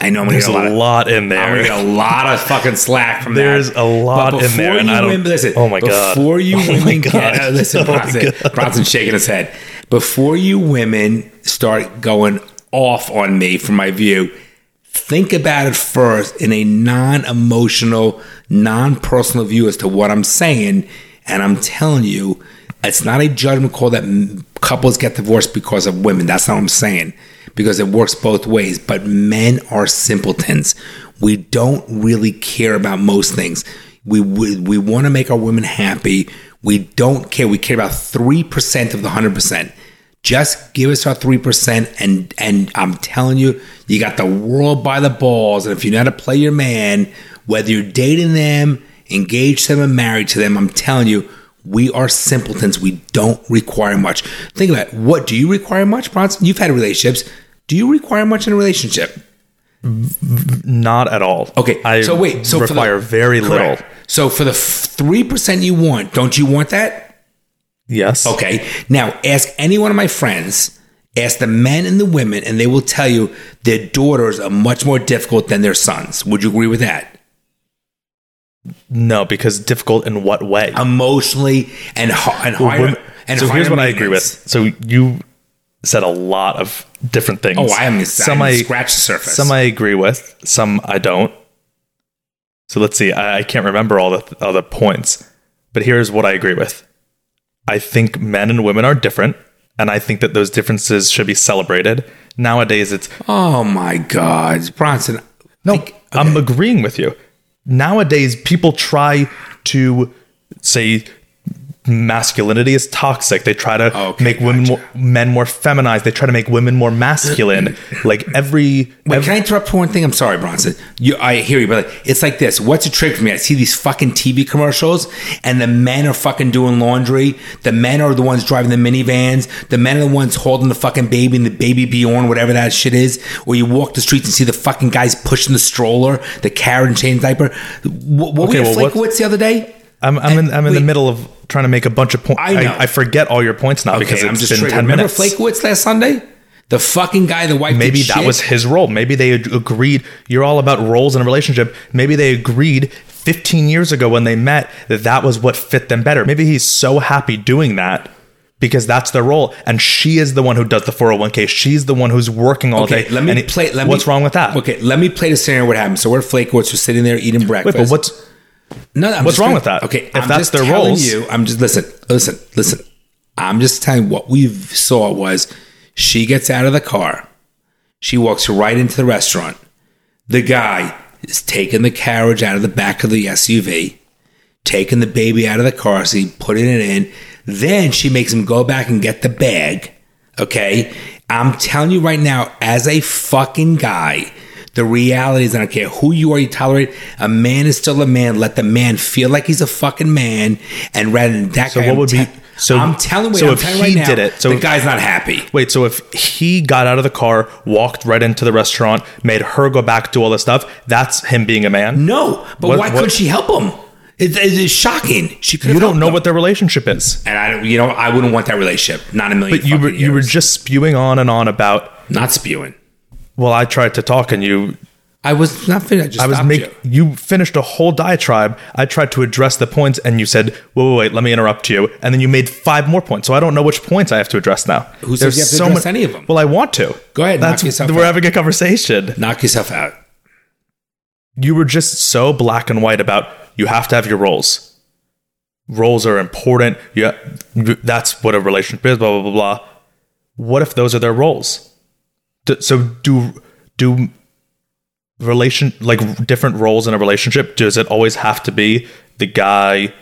I know I'm gonna there's get a lot. Of, in I'm gonna there. get a lot of fucking slack from There's that. a lot But in there, before and you I don't. women- listen, oh my god! Before you oh women my get, uh, listen, Oh my Bronson, God. Bronson's shaking his head. Before you women start going off on me for my view, think about it first in a non-emotional, non-personal view as to what I'm saying, and I'm telling you, it's not a judgment call that m- couples get divorced because of women. That's not what I'm saying. Because it works both ways, but men are simpletons. We don't really care about most things. We we, we want to make our women happy. We don't care. We care about three percent of the hundred percent. Just give us our three percent, and and I'm telling you, you got the world by the balls. And if you know how to play your man, whether you're dating them, engaged to them, and married to them, I'm telling you, we are simpletons. We don't require much. Think about it. what do you require much, Bronson? You've had relationships. Do you require much in a relationship? Not at all. Okay. I so wait. So for the- require very correct. little. So for the three percent you want, don't you want that? Yes. Okay. Now, ask any one of my friends, ask the men and the women, and they will tell you their daughters are much more difficult than their sons. Would you agree with that? No, because difficult in what way? Emotionally and ha- and higher. Women- and so here's higher what I agree with. maintenance. So you said a lot of different things. Oh, I haven't Some I scratched the surface. some I agree with. Some I don't. So let's see. I, I can't remember all the all the points, but here's what I agree with. I think men and women are different, and I think that those differences should be celebrated. Nowadays, it's oh my God, Bronson. no, I'm agreeing with you. Nowadays, people try to say masculinity is toxic. They try to Oh, Okay, make women more, men more feminized. They try to make women more masculine. like every, Wait, ev- can I interrupt for one thing? I'm sorry, Bronson. You, I hear you, but like, it's like this. What's a trick for me? I see these fucking TV commercials, and the men are fucking doing laundry. The men are the ones driving the minivans. The men are the ones holding the fucking baby and the baby Bjorn, whatever that shit is. Or you walk the streets and see the fucking guys pushing the stroller, the carrot and chain diaper. What, what Okay, were you well, at what's- Flinkowitz the other day? I'm, I'm in, I'm in the wait. middle of trying to make a bunch of points. I know. I, forget all your points now because it's Okay, I'm just been triggered. 10 Remember minutes. Flakewitz last Sunday? The fucking guy, the white Maybe did that shit? was his role. Maybe they ag- agreed. You're all about roles in a relationship. Maybe they agreed 15 years ago when they met that that was what fit them better. Maybe he's so happy doing that because that's their role, and she is the one who does the 401k. She's the one who's working all Okay, day. let me and he- play. Let me- what's wrong with that? Okay, let me play the scenario. What happened? So we're at Flakewitz. We're sitting there eating breakfast. Wait, but what's no, no, I'm what's just wrong gonna- with that? Okay, If that's their telling roles- you. I'm just listen, listen, listen. I'm just telling you what we saw was she gets out of the car, she walks right into the restaurant. The guy is taking the carriage out of the back of the SUV, taking the baby out of the car seat, putting it in. Then she makes him go back and get the bag. Okay. I'm telling you right now, as a fucking guy, the reality is I don't care who you are, you tolerate. A man is still a man. Let the man feel like he's a fucking man. And rather than that So guy, what I'm would be- te- so- I'm telling you, so I'm if telling you right he now, did it, so- the guy's not happy. Wait, so if he got out of the car, walked right into the restaurant, made her go back, do all this stuff, that's him being a man? No, but What- why what- couldn't she help him? It, it is shocking. She could. You don't know what their relationship is. and I don't. You know, I wouldn't want that relationship. Not in a million. But you were, fucking you were years. just spewing on and on about, not spewing. well, I tried to talk and you I was not finished. I just I was stopped making you. you. finished a whole diatribe. I tried to address the points, and you said, "Wait, wait, wait, let me interrupt you." And then you made five more points. So I don't know which points I have to address now. Who says you have to address any of them? Well, I want to. Go ahead, knock That's yourself we're out. having a conversation. Knock yourself out. You were just so black and white about you have to have your roles. Roles are important. Yeah, that's what a relationship is. Blah blah blah blah. What if those are their roles? D- so do do relation like different roles in a relationship does it always have to be the guy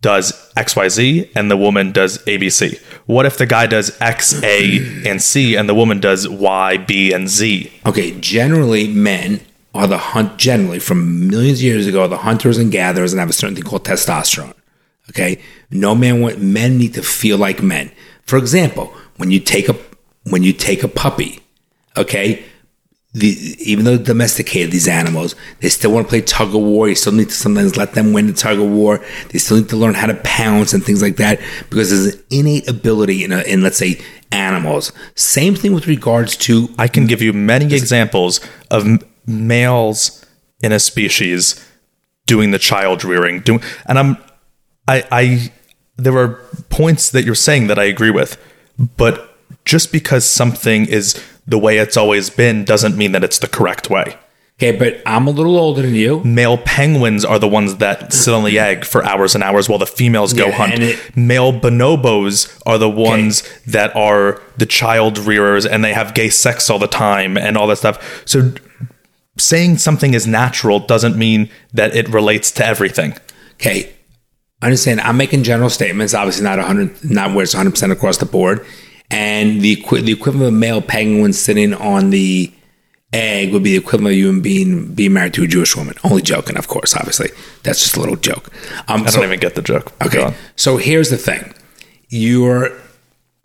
does xyz and the woman does abc what if the guy does x a and c and the woman does y b and z Okay, generally men are the hunt generally from millions of years ago are the hunters and gatherers and have a certain thing called testosterone. Okay, no man want men need to feel like men. For example, when you take a when you take a puppy, okay, the, even though they're domesticated these animals, they still want to play tug of war. You still need to sometimes let them win the tug of war. They still need to learn how to pounce and things like that because there's an innate ability in, a, in let's say animals. Same thing with regards to i can give you many examples of m- males in a species doing the child rearing doing and i'm i i there are points that you're saying that i agree with but just because something is the way it's always been doesn't mean that it's the correct way Okay, but I'm a little older than you. male penguins are the ones that sit on the egg for hours and hours while the females go Yeah, hunt. and it- male bonobos are the ones that are the child rearers and they have gay sex all the time and all that stuff. So saying something is natural doesn't mean that it relates to everything. Okay, understand. I'm making general statements. Obviously, not 100, not where it's 100 percent across the board. And the equi- the equivalent of a male penguin sitting on the egg would be the equivalent of you and being being married to a Jewish woman. Only joking, of course. Obviously, that's just a little joke. Um, I don't even get the joke. but go Okay. on. So here's the thing. Your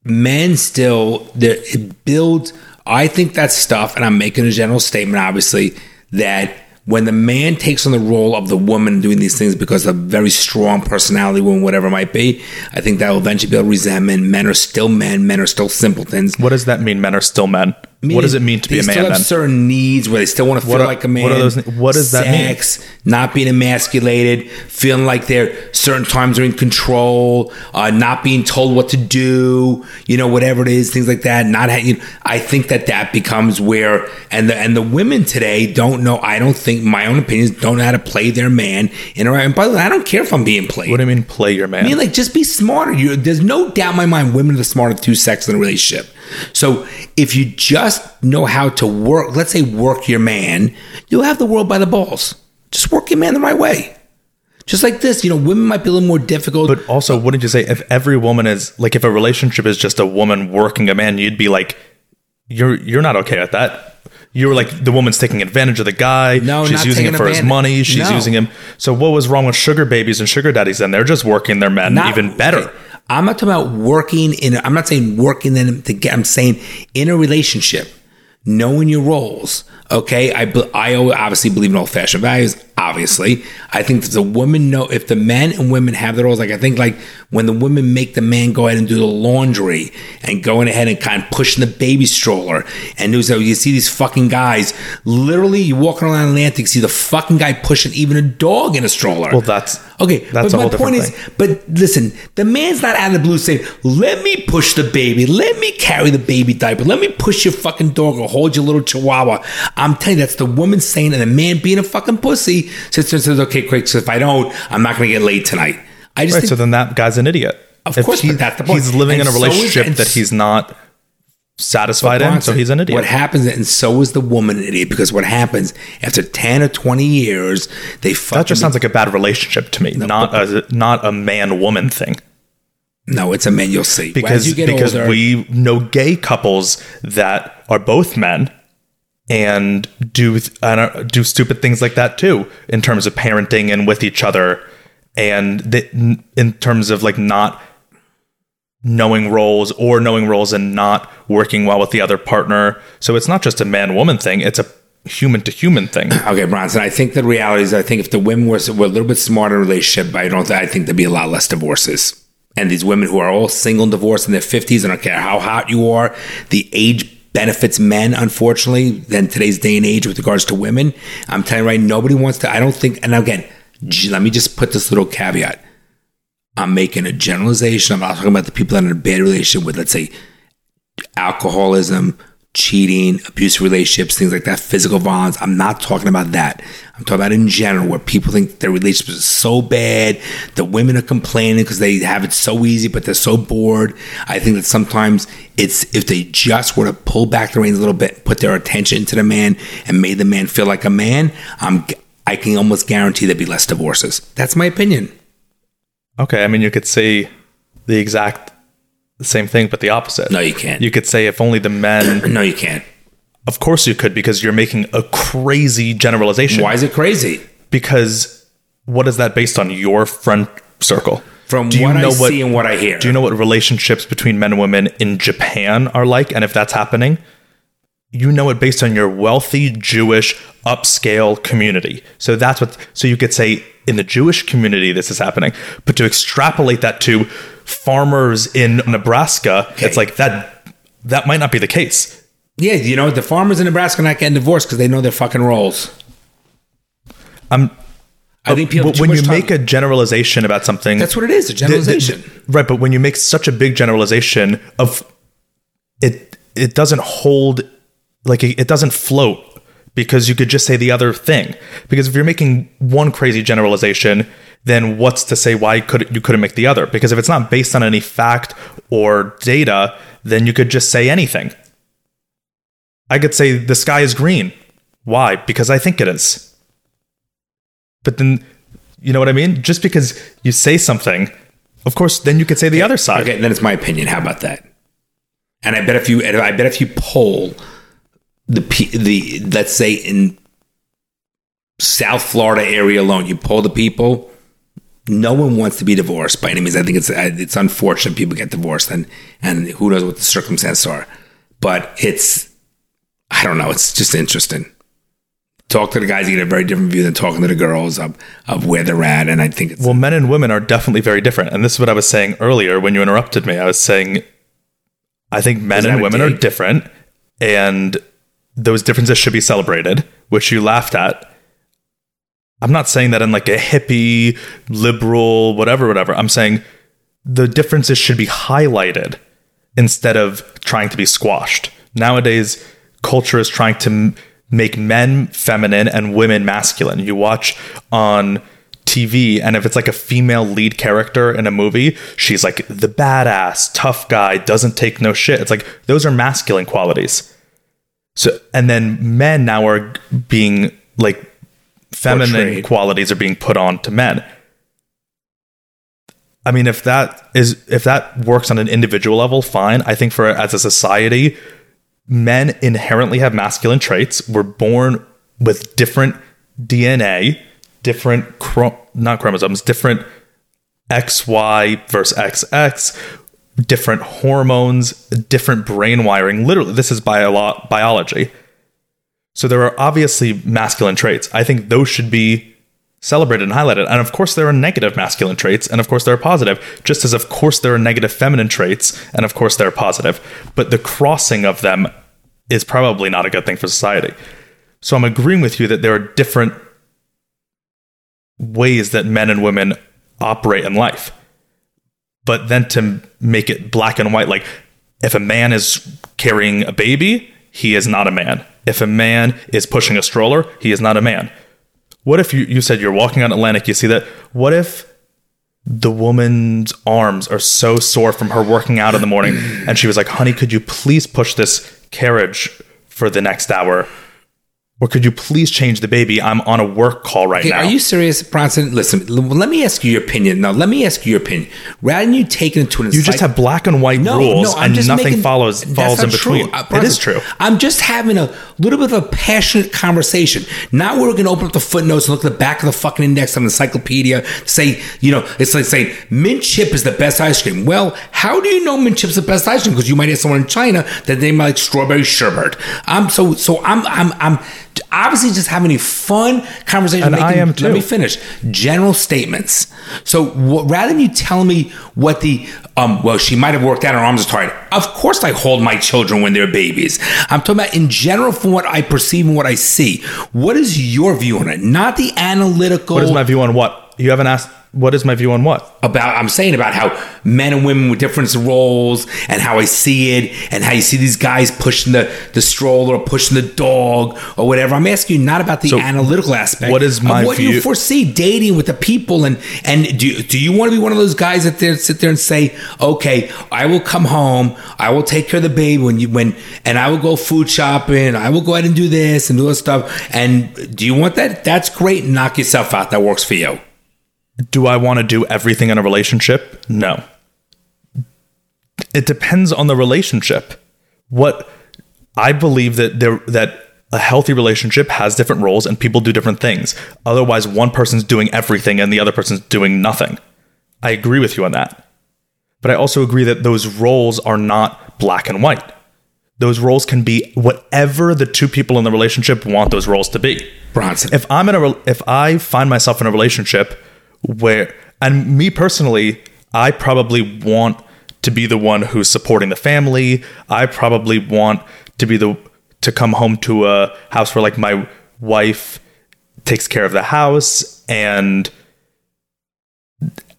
men still they're- it builds I think that stuff, and I'm making a general statement obviously, that when the man takes on the role of the woman doing these things because of very strong personality woman, whatever it might be, I think that will eventually build resentment. Men are still men, men are still simpletons. What does that mean men are still men? what does it mean to be They a still man have then? certain needs where they still want to feel What are- like a man. what are those- what does that mean? Sex, not being emasculated, feeling like they're certain times are in control, uh, not being told what to do, you know, whatever it is, things like that. Not, ha- you know, I think that that becomes where and the and the women today don't know. I don't think my own opinions don't know how to play their man in a right. And by the way, I don't care if I'm being played. what do you mean play your man? I mean, like, just be smarter. You, there's no doubt in my mind, women are the smarter two sexes in a relationship. So if you just know how to work, let's say work your man, you'll have the world by the balls. Just work your man the right way. Just like this, you know, women might be a little more difficult. But also, wouldn't you say if every woman is like if a relationship is just a woman working a man, you'd be like, you're you're not okay with that. You're like the woman's taking advantage of the guy. No, she's not using taking him for his advantage. money. She's No. using him. So what was wrong with sugar babies and sugar daddies? Then they're just working their men Not- even better. okay, I'm not talking about working in. I'm not saying working in. To get, I'm saying in a relationship, knowing your roles. Okay, I be- I al- obviously believe in old fashioned values. Obviously, I think that the women know if the men and women have their roles. Like I think like when the women make the man go ahead and do the laundry and going ahead and kind of pushing the baby stroller and news that you see these fucking guys literally you walking around Atlantic see the fucking guy pushing even a dog in a stroller. Well, that's Okay, That's but a my whole different point is, thing. but listen, the man's not out of the blue saying, "Let me push the baby, let me carry the baby diaper, let me push your fucking dog or hold your little chihuahua." I'm telling you, that's the woman saying, and the man being a fucking pussy sits there and says, "Okay, quick, so if I don't, I'm not going to get laid tonight." I just Right, think so then that guy's an idiot. Of course, but that's the point. he's living in And a so is- relationship and that s- he's not satisfied in, so Bronson, he's an idiot. What happens, and so is the woman an idiot because what happens after ten or twenty years, they fucking that just sounds like a bad relationship to me. not a not a man woman thing. No, it's a man you'll see. because As you get because older, we know gay couples that are both men and do th- and are, do stupid things like that too in terms of parenting and with each other and th- in terms of like not knowing roles or knowing roles and not working well with the other partner so it's not just a man woman thing it's a human to human thing Okay, Bronson. I think the reality is, I think if the women were, were a little bit smarter in a relationship, I don't. I think there'd be a lot less divorces. And these women who are all single and divorced in their fifties, I don't care how hot you are, the age benefits men. Unfortunately, than today's day and age with regards to women, I'm telling you right, nobody wants to. I don't think. And again, j- let me just put this little caveat. I'm making a generalization. I'm not talking about the people that are in a bad relationship with, let's say, alcoholism, cheating, abusive relationships, things like that, physical violence. I'm not talking about that. I'm talking about in general where people think their relationship is so bad. The women are complaining because they have it so easy, but they're so bored. I think that sometimes it's if they just were to pull back the reins a little bit, put their attention to the man, and made the man feel like a man, I'm. I can almost guarantee there'd be less divorces. That's my opinion. okay i mean you could say the exact same thing but the opposite No, you can't. you could say if only the men no, you can't. Of course you could because you're making a crazy generalization. Why is it crazy? Because what is that based on your friend circle? From Do you what I know what- see and what I hear. Do you know what relationships between men and women in Japan are like? And if that's happening, you know it based on your wealthy Jewish upscale community. So that's what, so you could say in the Jewish community, this is happening. But to extrapolate that to farmers in Nebraska, it's like that, that might not be the case. Yeah, you know, the farmers in Nebraska are not getting divorced because they know their fucking roles. I'm, I think people have But too when much you time- make a generalization about something, that's what it is, a th- th- generalization. right? But when you make such a big generalization of it, it doesn't hold, like it, it doesn't float because you could just say the other thing. Because if you're making one crazy generalization, then what's to say why could you couldn't make the other? Because if it's not based on any fact or data, then you could just say anything. I could say the sky is green. Why? Because I think it is but then you know what I mean? Just because you say something, of course, then you could say the other side. okay, then it's my opinion. How about that? And I bet if you, and I bet if you poll the pe- the let's say in South Florida area alone, you poll the people. No one wants to be divorced by any means. I think it's I- it's unfortunate people get divorced, and and who knows what the circumstances are. But it's I don't know. It's just interesting. Talk to the guys, you get a very different view than talking to the girls of of where they're at, and I think it's Well, men and women are definitely very different. And this is what I was saying earlier when you interrupted me. I was saying, I think men that and a women are dig? different, and those differences should be celebrated, which you laughed at. I'm not saying that in like a hippie, liberal, whatever, whatever. I'm saying the differences should be highlighted instead of trying to be squashed. Nowadays, culture is trying to m- make men feminine and women masculine. You watch on TV, and if it's like a female lead character in a movie, she's like the badass, tough guy, doesn't take no shit. It's like those are masculine qualities. So, and then men now are being like feminine Portrayed. qualities are being put on to men. I mean, if that is if that works on an individual level, fine. I think for as a society, men inherently have masculine traits. We're born with different DNA, different chro- not chromosomes, different XY versus XX, different hormones, different brain wiring. Literally, this is bio- biology. So there are obviously masculine traits. I think those should be celebrated and highlighted. And of course, there are negative masculine traits, and of course, there are positive, just as of course, there are negative feminine traits, and of course, there are positive. But the crossing of them is probably not a good thing for society. So I'm agreeing with you that there are different ways that men and women operate in life. But then to make it black and white, like if a man is carrying a baby, he is not a man. If a man is pushing a stroller, he is not a man. What if you, you said you're walking on Atlantic, you see that? What if the woman's arms are so sore from her working out in the morning and she was like, honey, could you please push this carriage for the next hour? or could you please change the baby? I'm on a work call right Hey, now. Are you serious, Bronson? Listen, l- let me ask you your opinion. Now, let me ask you your opinion. Rather than you taking it to an You just have black and white rules, I'm and just nothing making- follows That's falls not in true. between. Uh, it is Bronson, true. I'm just having a little bit of a passionate conversation. Not where we're going to open up the footnotes and look at the back of the fucking index on the encyclopedia. Say, you know, it's like saying mint chip is the best ice cream. Well, how do you know mint chip's the best ice cream? Because you might have someone in China that they might like strawberry sherbet. I'm so so. I'm I'm I'm obviously just having a fun conversation. And I am Let too. me finish. General statements. So wh- rather than you telling me what the um, well, she might have worked out her arms are tired. Of course, I hold my children when they're babies. I'm talking about in general from what I perceive and what I see. What is your view on it? Not the analytical. What is my view on what? You haven't asked. What is my view on what? about I'm saying about how men and women with different roles and how I see it and how you see these guys pushing the the stroller or pushing the dog or whatever. I'm asking you not about the analytical aspect. what is my of what you view- foresee dating with the people and and do do you want to be one of those guys that there sit there and say, okay, I will come home, I will take care of the baby when you when and I will go food shopping, I will go out and do this and do all this stuff. And do you want that? That's great. Knock yourself out. That works for you. Do I want to do everything in a relationship? No. It depends on the relationship. What I believe that there that a healthy relationship has different roles and people do different things. Otherwise, one person's doing everything and the other person's doing nothing. I agree with you on that. But I also agree that those roles are not black and white. Those roles can be whatever the two people in the relationship want those roles to be Bronson. if I'm in a rel- if I find myself in a relationship where and me personally, I probably want to be the one who's supporting the family. I probably want to be the to come home to a house where like my wife takes care of the house and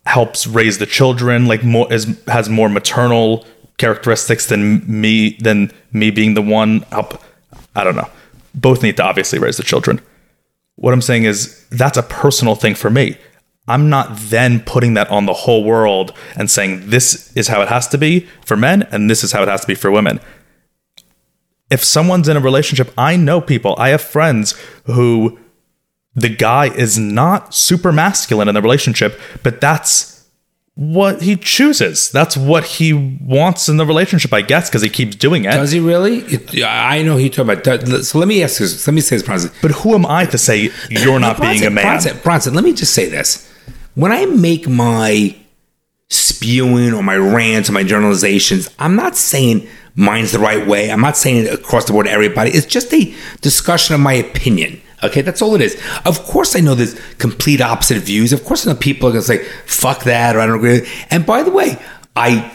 helps raise the children like more is has more maternal characteristics than me than me being the one help I don't know. Both need to obviously raise the children. What I'm saying is that's a personal thing for me. I'm not then putting that on the whole world and saying this is how it has to be for men and this is how it has to be for women. If someone's in a relationship, I know people, I have friends who the guy is not super masculine in the relationship, but that's what he chooses. That's what he wants in the relationship, I guess, because he keeps doing it. Does he really? It, yeah, I know who you're talking about. Does- So let me ask this. Let me say this, Bronson. but who am I to say you're not being a man? Bronson, Bronson, let me just say this. When I make my spewing or my rants or my journalizations, I'm not saying mine's the right way. I'm not saying it across the board to everybody. It's just a discussion of my opinion. Okay, that's all it is. Of course, I know there's complete opposite views. Of course, I know people are going to say, fuck that, or I don't agree. with it. And by the way, I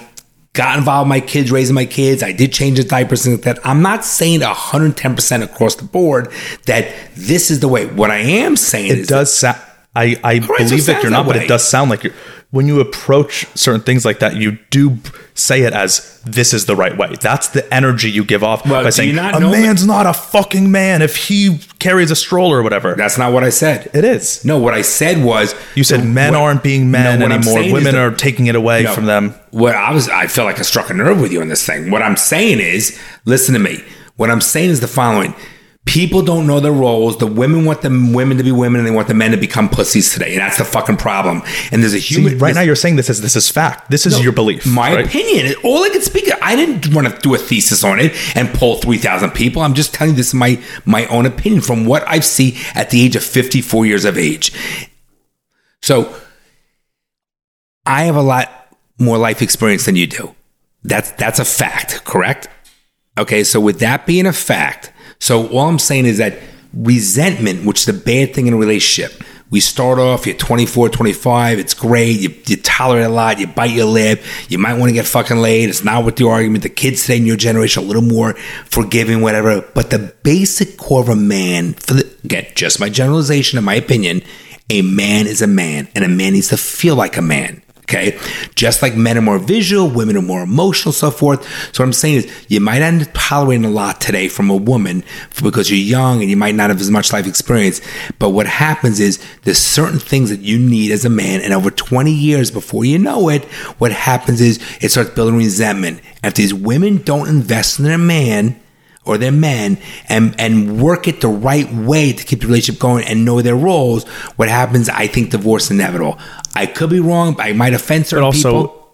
got involved with my kids, raising my kids. I did change the diapers and that. I'm not saying 110% across the board that this is the way. What I am saying it is does sound. I, I it believe that sounds you're not, that but way. it does sound like you're. When you approach certain things like that, you do b- say it as this is the right way. That's the energy you give off Well, do by you saying not a know that- man's not a fucking man if he carries a stroller or whatever. that's not what I said. it is. No, what I said was You said men aren't being men anymore. Women are taking it away from them. What I was, I feel like I struck a nerve with you on this thing. What I'm saying is, listen to me. What I'm saying is the following: people don't know their roles. The women want the women to be women, and they want the men to become pussies today, and that's the fucking problem. And there's a You- human right now, you're saying this is this is fact. This is your belief. My right? opinion. All I can speak. Of, I didn't want to do a thesis on it and poll three thousand people. I'm just telling you this is my my own opinion from what I see at the age of fifty four years of age. So I have a lot more life experience than you do. That's that's a fact, correct? Okay, so with that being a fact, so all I'm saying is that resentment, which is a bad thing in a relationship, we start off, you're 24, 25, it's great, you, you tolerate a lot, you bite your lip, you might want to get fucking laid, it's not with the argument. The kids today in your generation are a little more forgiving, whatever. But the basic core of a man, for the, again, just my generalization and my opinion, a man is a man, and a man needs to feel like a man. Okay. Just like men are more visual, women are more emotional, so forth. So what I'm saying is you might end up tolerating a lot today from a woman because you're young and you might not have as much life experience. But what happens is there's certain things that you need as a man. And over 20 years before you know it, what happens is it starts building resentment. And if these women don't invest in their man, or their men and and work it the right way to keep the relationship going and know their roles, what happens? I think divorce is inevitable. I could be wrong. But I might offend certain But also- Mm, people.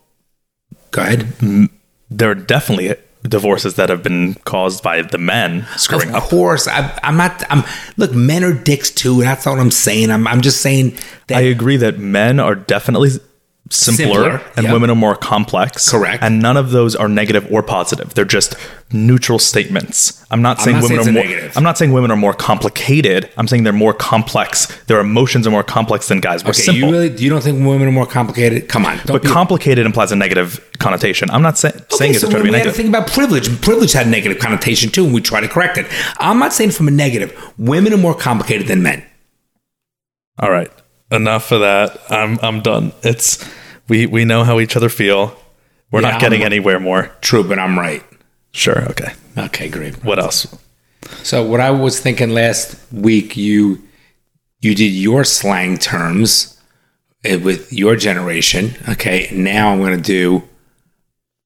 Go ahead. There are definitely divorces that have been caused by the men screwing Of up. course, I, I'm not. I'm look. Men are dicks too. That's not what I'm saying. I'm. I'm just saying that I agree that men are definitely simpler, Simpler, and yep. women are more complex. Correct. And none of those are negative or positive. They're just neutral statements. I'm not saying not women saying it's a are more negative. I'm not saying women are more complicated. I'm saying they're more complex. Their emotions are more complex than guys. We're Okay, simple. you really you don't think women are more complicated? Come on, don't but be. complicated implies a negative connotation. I'm not say- saying okay, it's so trying to we be had to negative. think about privilege. and Privilege had a negative connotation too, and we try to correct it. I'm not saying from a negative. Women are more complicated than men. All right. Enough of that. I'm I'm done. It's we we know how each other feel. We're Yeah, not getting I'm- anywhere more. True, but I'm right. Sure. Okay. Okay, great. What else? So what I was thinking last week, you you did your slang terms eh, with your generation. Okay, now I'm going to do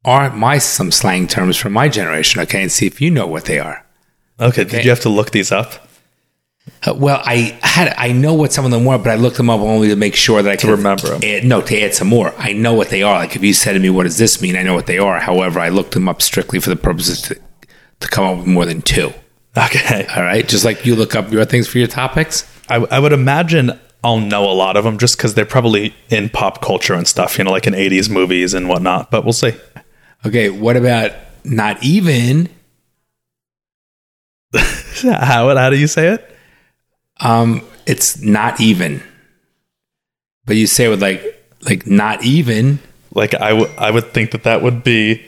are my some slang terms from my generation. Okay, and see if you know what they are. Okay. Did you have to look these up? Uh, well, I had I know what some of them were, but I looked them up only to make sure that I could remember 'em. Add, no, to add some more. I know what they are. Like if you said to me, "What does this mean?" I know what they are. However, I looked them up strictly for the purposes to, to come up with more than two. Okay. All right, just like you look up your things for your topics. I, I would imagine I'll know a lot of them just because they're probably in pop culture and stuff, you know, like in 80s movies and whatnot, but we'll see. Okay, what about not even? How, how do you say it? Um, it's not even. But you say it with like like not even. Like, I, w- I would think that that would be.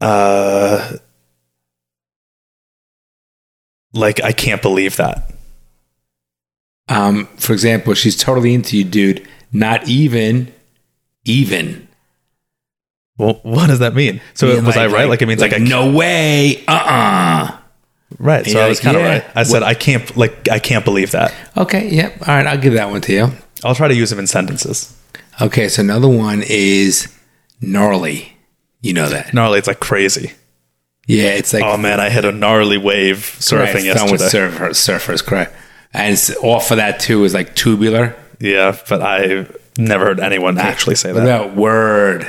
Uh, like, I can't believe that. Um, for example, she's totally into you, dude. Not even even. Well, what does that mean? So, Being was I right? Like, it means like, I no way. Uh uh Right. So, Yeah, I was like, kind of yeah. right. I said, I can't, like, I can't believe that. Okay, yep. All right, I'll give that one to you. I'll try to use them in sentences. Okay, so another one is gnarly. You know that. Gnarly, it's like crazy. Yeah, it's like Oh man, I hit a gnarly wave surfing Right, it's done with yesterday. surfer, surfers, correct. And s- off of that too is like tubular. yeah, but I never heard anyone actually say What that about word?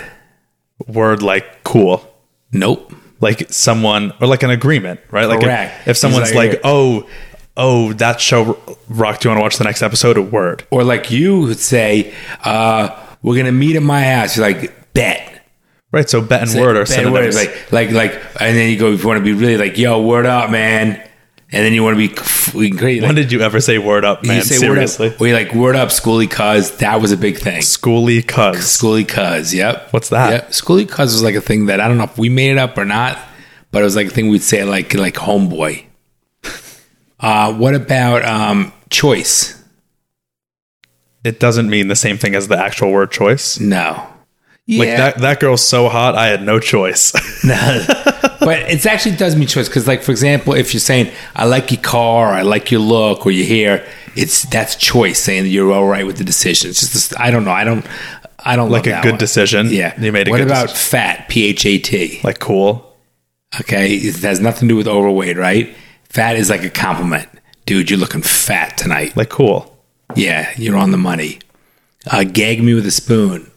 word like cool. Nope. Like someone or like an agreement, right? Like Correct. if, if someone's He's like- like, "Oh, oh, that show rocked. Do you want to watch the next episode?" A word. Or like you would say, uh, we're gonna meet at my house. You're like, bet. Right. So bet and word are bet word. synonyms. Like like like and then you go if you wanna be really like, yo, word up, man. And then you wanna be we can create when like, did you ever say word up, man? you say Seriously, word up. Or you're like, word up, schooly cuz, that was a big thing. schooly cuz. Schooly cuz, yep. What's that? Yep. Schooly cuz was like a thing that I don't know if we made it up or not, but it was like a thing we'd say like like homeboy. Uh, what about um, choice? It doesn't mean the same thing as the actual word choice. No. Like that that girl's so hot, I had no choice. but it actually does mean choice because, like, for example, if you're saying "I like your car," or, "I like your look," or your hair, it's that's choice saying that you're all right with the decision. It's just I don't know. I don't. I don't like love a Oh, that good one. decision. Yeah, you made a what good about decision. fat? P H A T. like cool. Okay, it has nothing to do with overweight, right? Fat is like a compliment, dude. You're looking fat tonight. Like cool. Yeah, you're on the money. Uh, gag me with a spoon.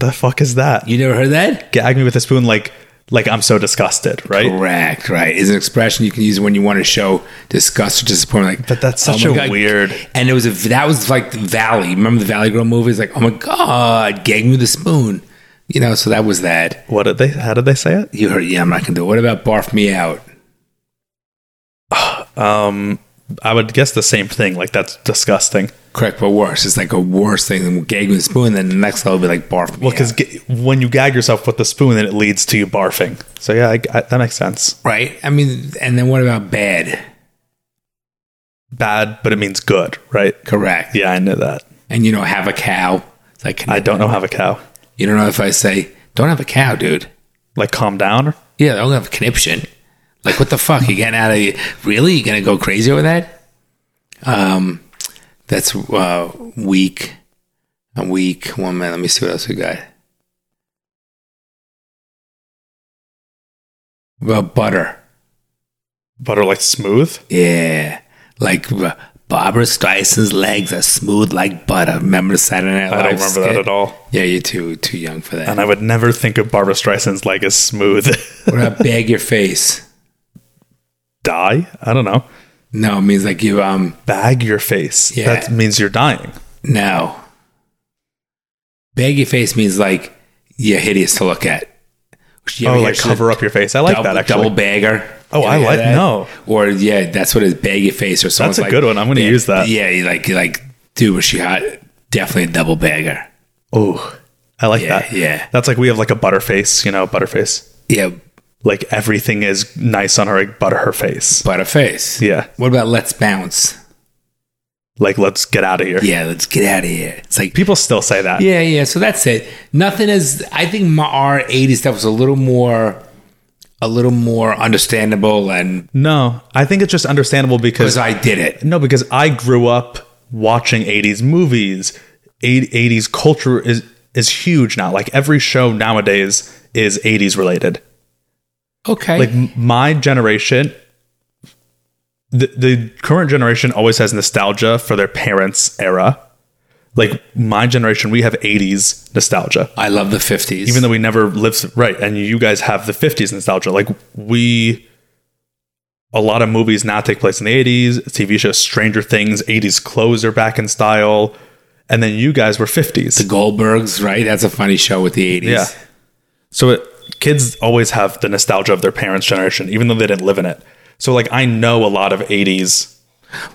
The fuck is that? You never heard that? Gag me with a spoon like like I'm so disgusted, right? Correct, right. Is an expression you can use when you want to show disgust or disappointment. Like, But that's "Oh such my a God." weird And it was a that was like the Valley. Remember the Valley Girl movie? It's like, oh my god, gag me with a spoon. You know, so that was that. what did they how did they say it? You heard? Yeah, I'm not gonna do it. What about barf me out? Um I would guess the same thing, like that's disgusting. Correct, but worse. It's like a worse thing than gag me with a spoon. Then the next level would be like barf me Well, out. because when you gag yourself with the spoon, then it leads to you barfing. So yeah, I, I- that makes sense. Right. I mean, and then what about bad? Bad, but it means good, right? Correct. Yeah, I know that. And you know, have a cow. It's like I don't know have a cow. you don't know if I say don't have a cow, dude. Like calm down. Yeah, I don't have a conniption. Like what the fuck? You getting out of really? You gonna go crazy over that? Um, that's uh weak. A weak one man. Let me see what else we got. uh, butter. Butter like smooth. Yeah, like uh, Barbara Streisand's legs are smooth like butter. Remember Saturday Night Live? I don't remember that skit? at all. Yeah, you're too too young for that. And I would never think of Barbara Streisand's leg as smooth. what about bag your face? Die? I don't know. No, it means like you um Bag your face. Yeah. That means you're dying. no. Bag your face means like you're hideous to look at. You ever oh, hear like shit- cover up your face. I like double, that actually. double bagger. Oh, You I hear like- that? no. Or yeah, that's what it is. Bag your face or something. That's a good one. I'm going to use that. Yeah, you like you like, dude, was she hot? Definitely a double bagger. Oh, I like Yeah, that. yeah. That's like we have like a butterface, you know, butterface. Yeah, Like everything is nice on her, like butter her face. butter face. Yeah. What about let's bounce? Like, let's get out of here. Yeah, let's get out of here. It's like People still say that. Yeah, yeah. So that's it. Nothing is. I think my, our '80s stuff was a little more, a little more understandable, and No, I think it's just understandable because because I did it. No, because I grew up watching 80s movies. Eight- 80s culture is is huge now. Like every show nowadays is 80s related. Okay. Like m- my generation the, the current generation always has nostalgia for their parents' era. Like my generation, we have 80s nostalgia. I love the '50s. Even though we never lived through- right, and you guys have the 50s nostalgia. Like we a lot of movies now take place in the 80s, TV shows Stranger Things, 80s clothes are back in style, and then you guys were 50s. the Goldbergs, right? That's a funny show with the '80s. Yeah. So it, kids always have the nostalgia of their parents' generation, even though they didn't live in it. So like I know a lot of 80s.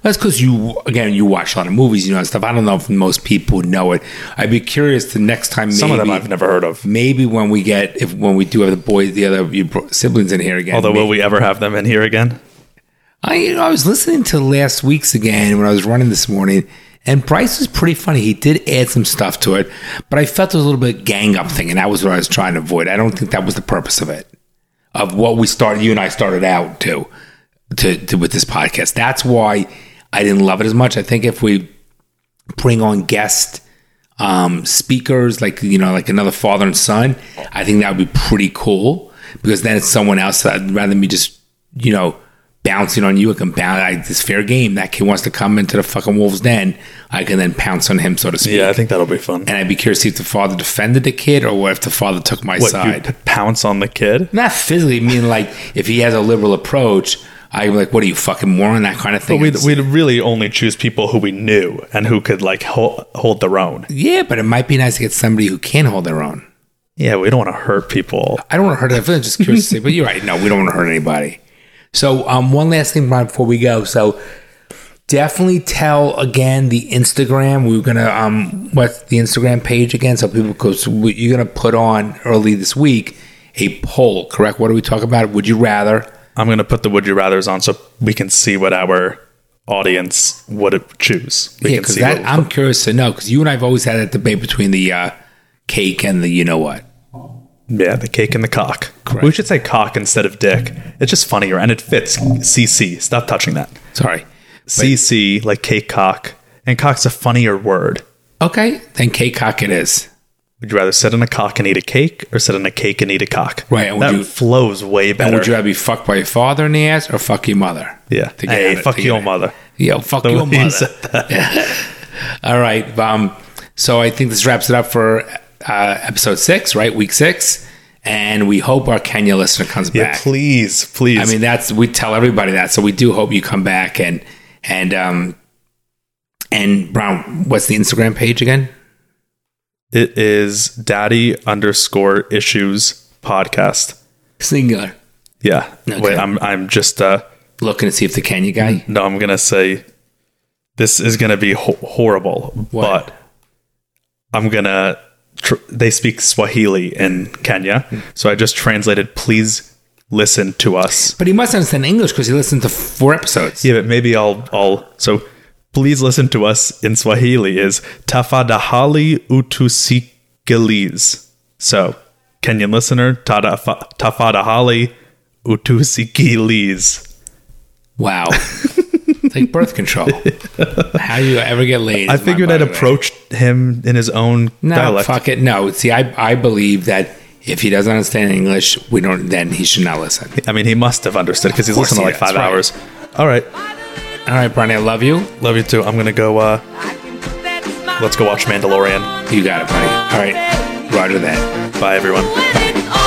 That's because you again you watch a lot of movies, you know, and stuff. I don't know if most people know it. I'd be curious the next time. Some maybe, of them I've never heard of. Maybe when we get if when we do have the boys, the other you bro- siblings in here again. Although maybe- will we ever have them in here again? I you know, I was listening to last week's again when I was running this morning, and Bryce was pretty funny. He did add some stuff to it, but I felt there was a little bit of gang up thing, and that was what I was trying to avoid. I don't think that was the purpose of it, of what we started. You and I started out to, to, to with this podcast. That's why I didn't love it as much. I think if we bring on guest um, speakers, like you know, like another father and son, I think that would be pretty cool because then it's someone else. I'd rather me just you know bouncing on you. I can bounce. I, it's fair game. That kid wants to come into the fucking wolves' den. I can then pounce on him, so to speak. I think that'll be fun. And I'd be curious to see if the father defended the kid or what if the father took my What you side. p- pounce on the kid? Not physically, I mean like if he has a liberal approach, I'm like, what are you fucking moron? That kind of thing. We'd, we'd really only choose people who we knew and who could like hold, hold their own. yeah, but it might be nice to get somebody who can hold their own. Yeah, we don't want to hurt people. I don't want to hurt. I'm just curious to see, but you're right. No, we don't want to hurt anybody. So, um, one last thing Brian, before we go. So, definitely tell again the Instagram. We are gonna um, what's the Instagram page again? So people go. So we- you're gonna put on early this week a poll, correct? What do we talk about? Would you rather? I'm going to put the would you rather's on so we can see what our audience would choose. We Yeah, can because see what- I'm curious to know because you and I've always had that debate between the uh, cake and the you know what. yeah, the cake and the cock. Correct. We should say cock instead of dick. It's just funnier and it fits. CC. Stop touching that. Sorry. CC, like cake cock. And cock's a funnier word. Okay, then cake cock it is. Would you rather sit on a cock and eat a cake or sit on a cake and eat a cock? Right, and would That you- flows way better. And would you rather be fucked by your father in the ass or fuck your mother? yeah. To get Hey, at it, fuck to get your at it. mother. Yo, fuck The your way you mother. said All right. Um, so I think this wraps it up for uh, episode six, right? Week six. And we hope our Kenya listener comes Yeah, back. please, please. I mean, that's we tell everybody that. So we do hope you come back and and um and Brown, what's the Instagram page again? it is daddy underscore issues podcast. Singular. Yeah. Okay. Wait, I'm I'm just uh Looking to see if the Kenya guy. no, I'm gonna say this is gonna be ho- horrible, What? but I'm gonna. Tr- they speak Swahili in Kenya, so I just translated. Please listen to us. But he must understand English because he listened to four episodes. Yeah, but maybe I'll I'll so. Please listen to us in Swahili is tafadhali utusikiliz. So, Kenyan listener, tadafa- tafadhali utusikiliz. Wow. it's like birth control. How you ever get laid? I is my figured I'd bugbear. approach him in his own No, dialect. fuck it. No, see, I I believe that If he doesn't understand English, we don't. Then he should not listen. I mean, he must have understood because he's course listened to he like does, five right. hours. All right, All right, Bronny, I love you. love you too. I'm gonna go. Uh, Let's go watch Mandalorian. You got it, buddy. All right, Roger that. bye, everyone. Bye.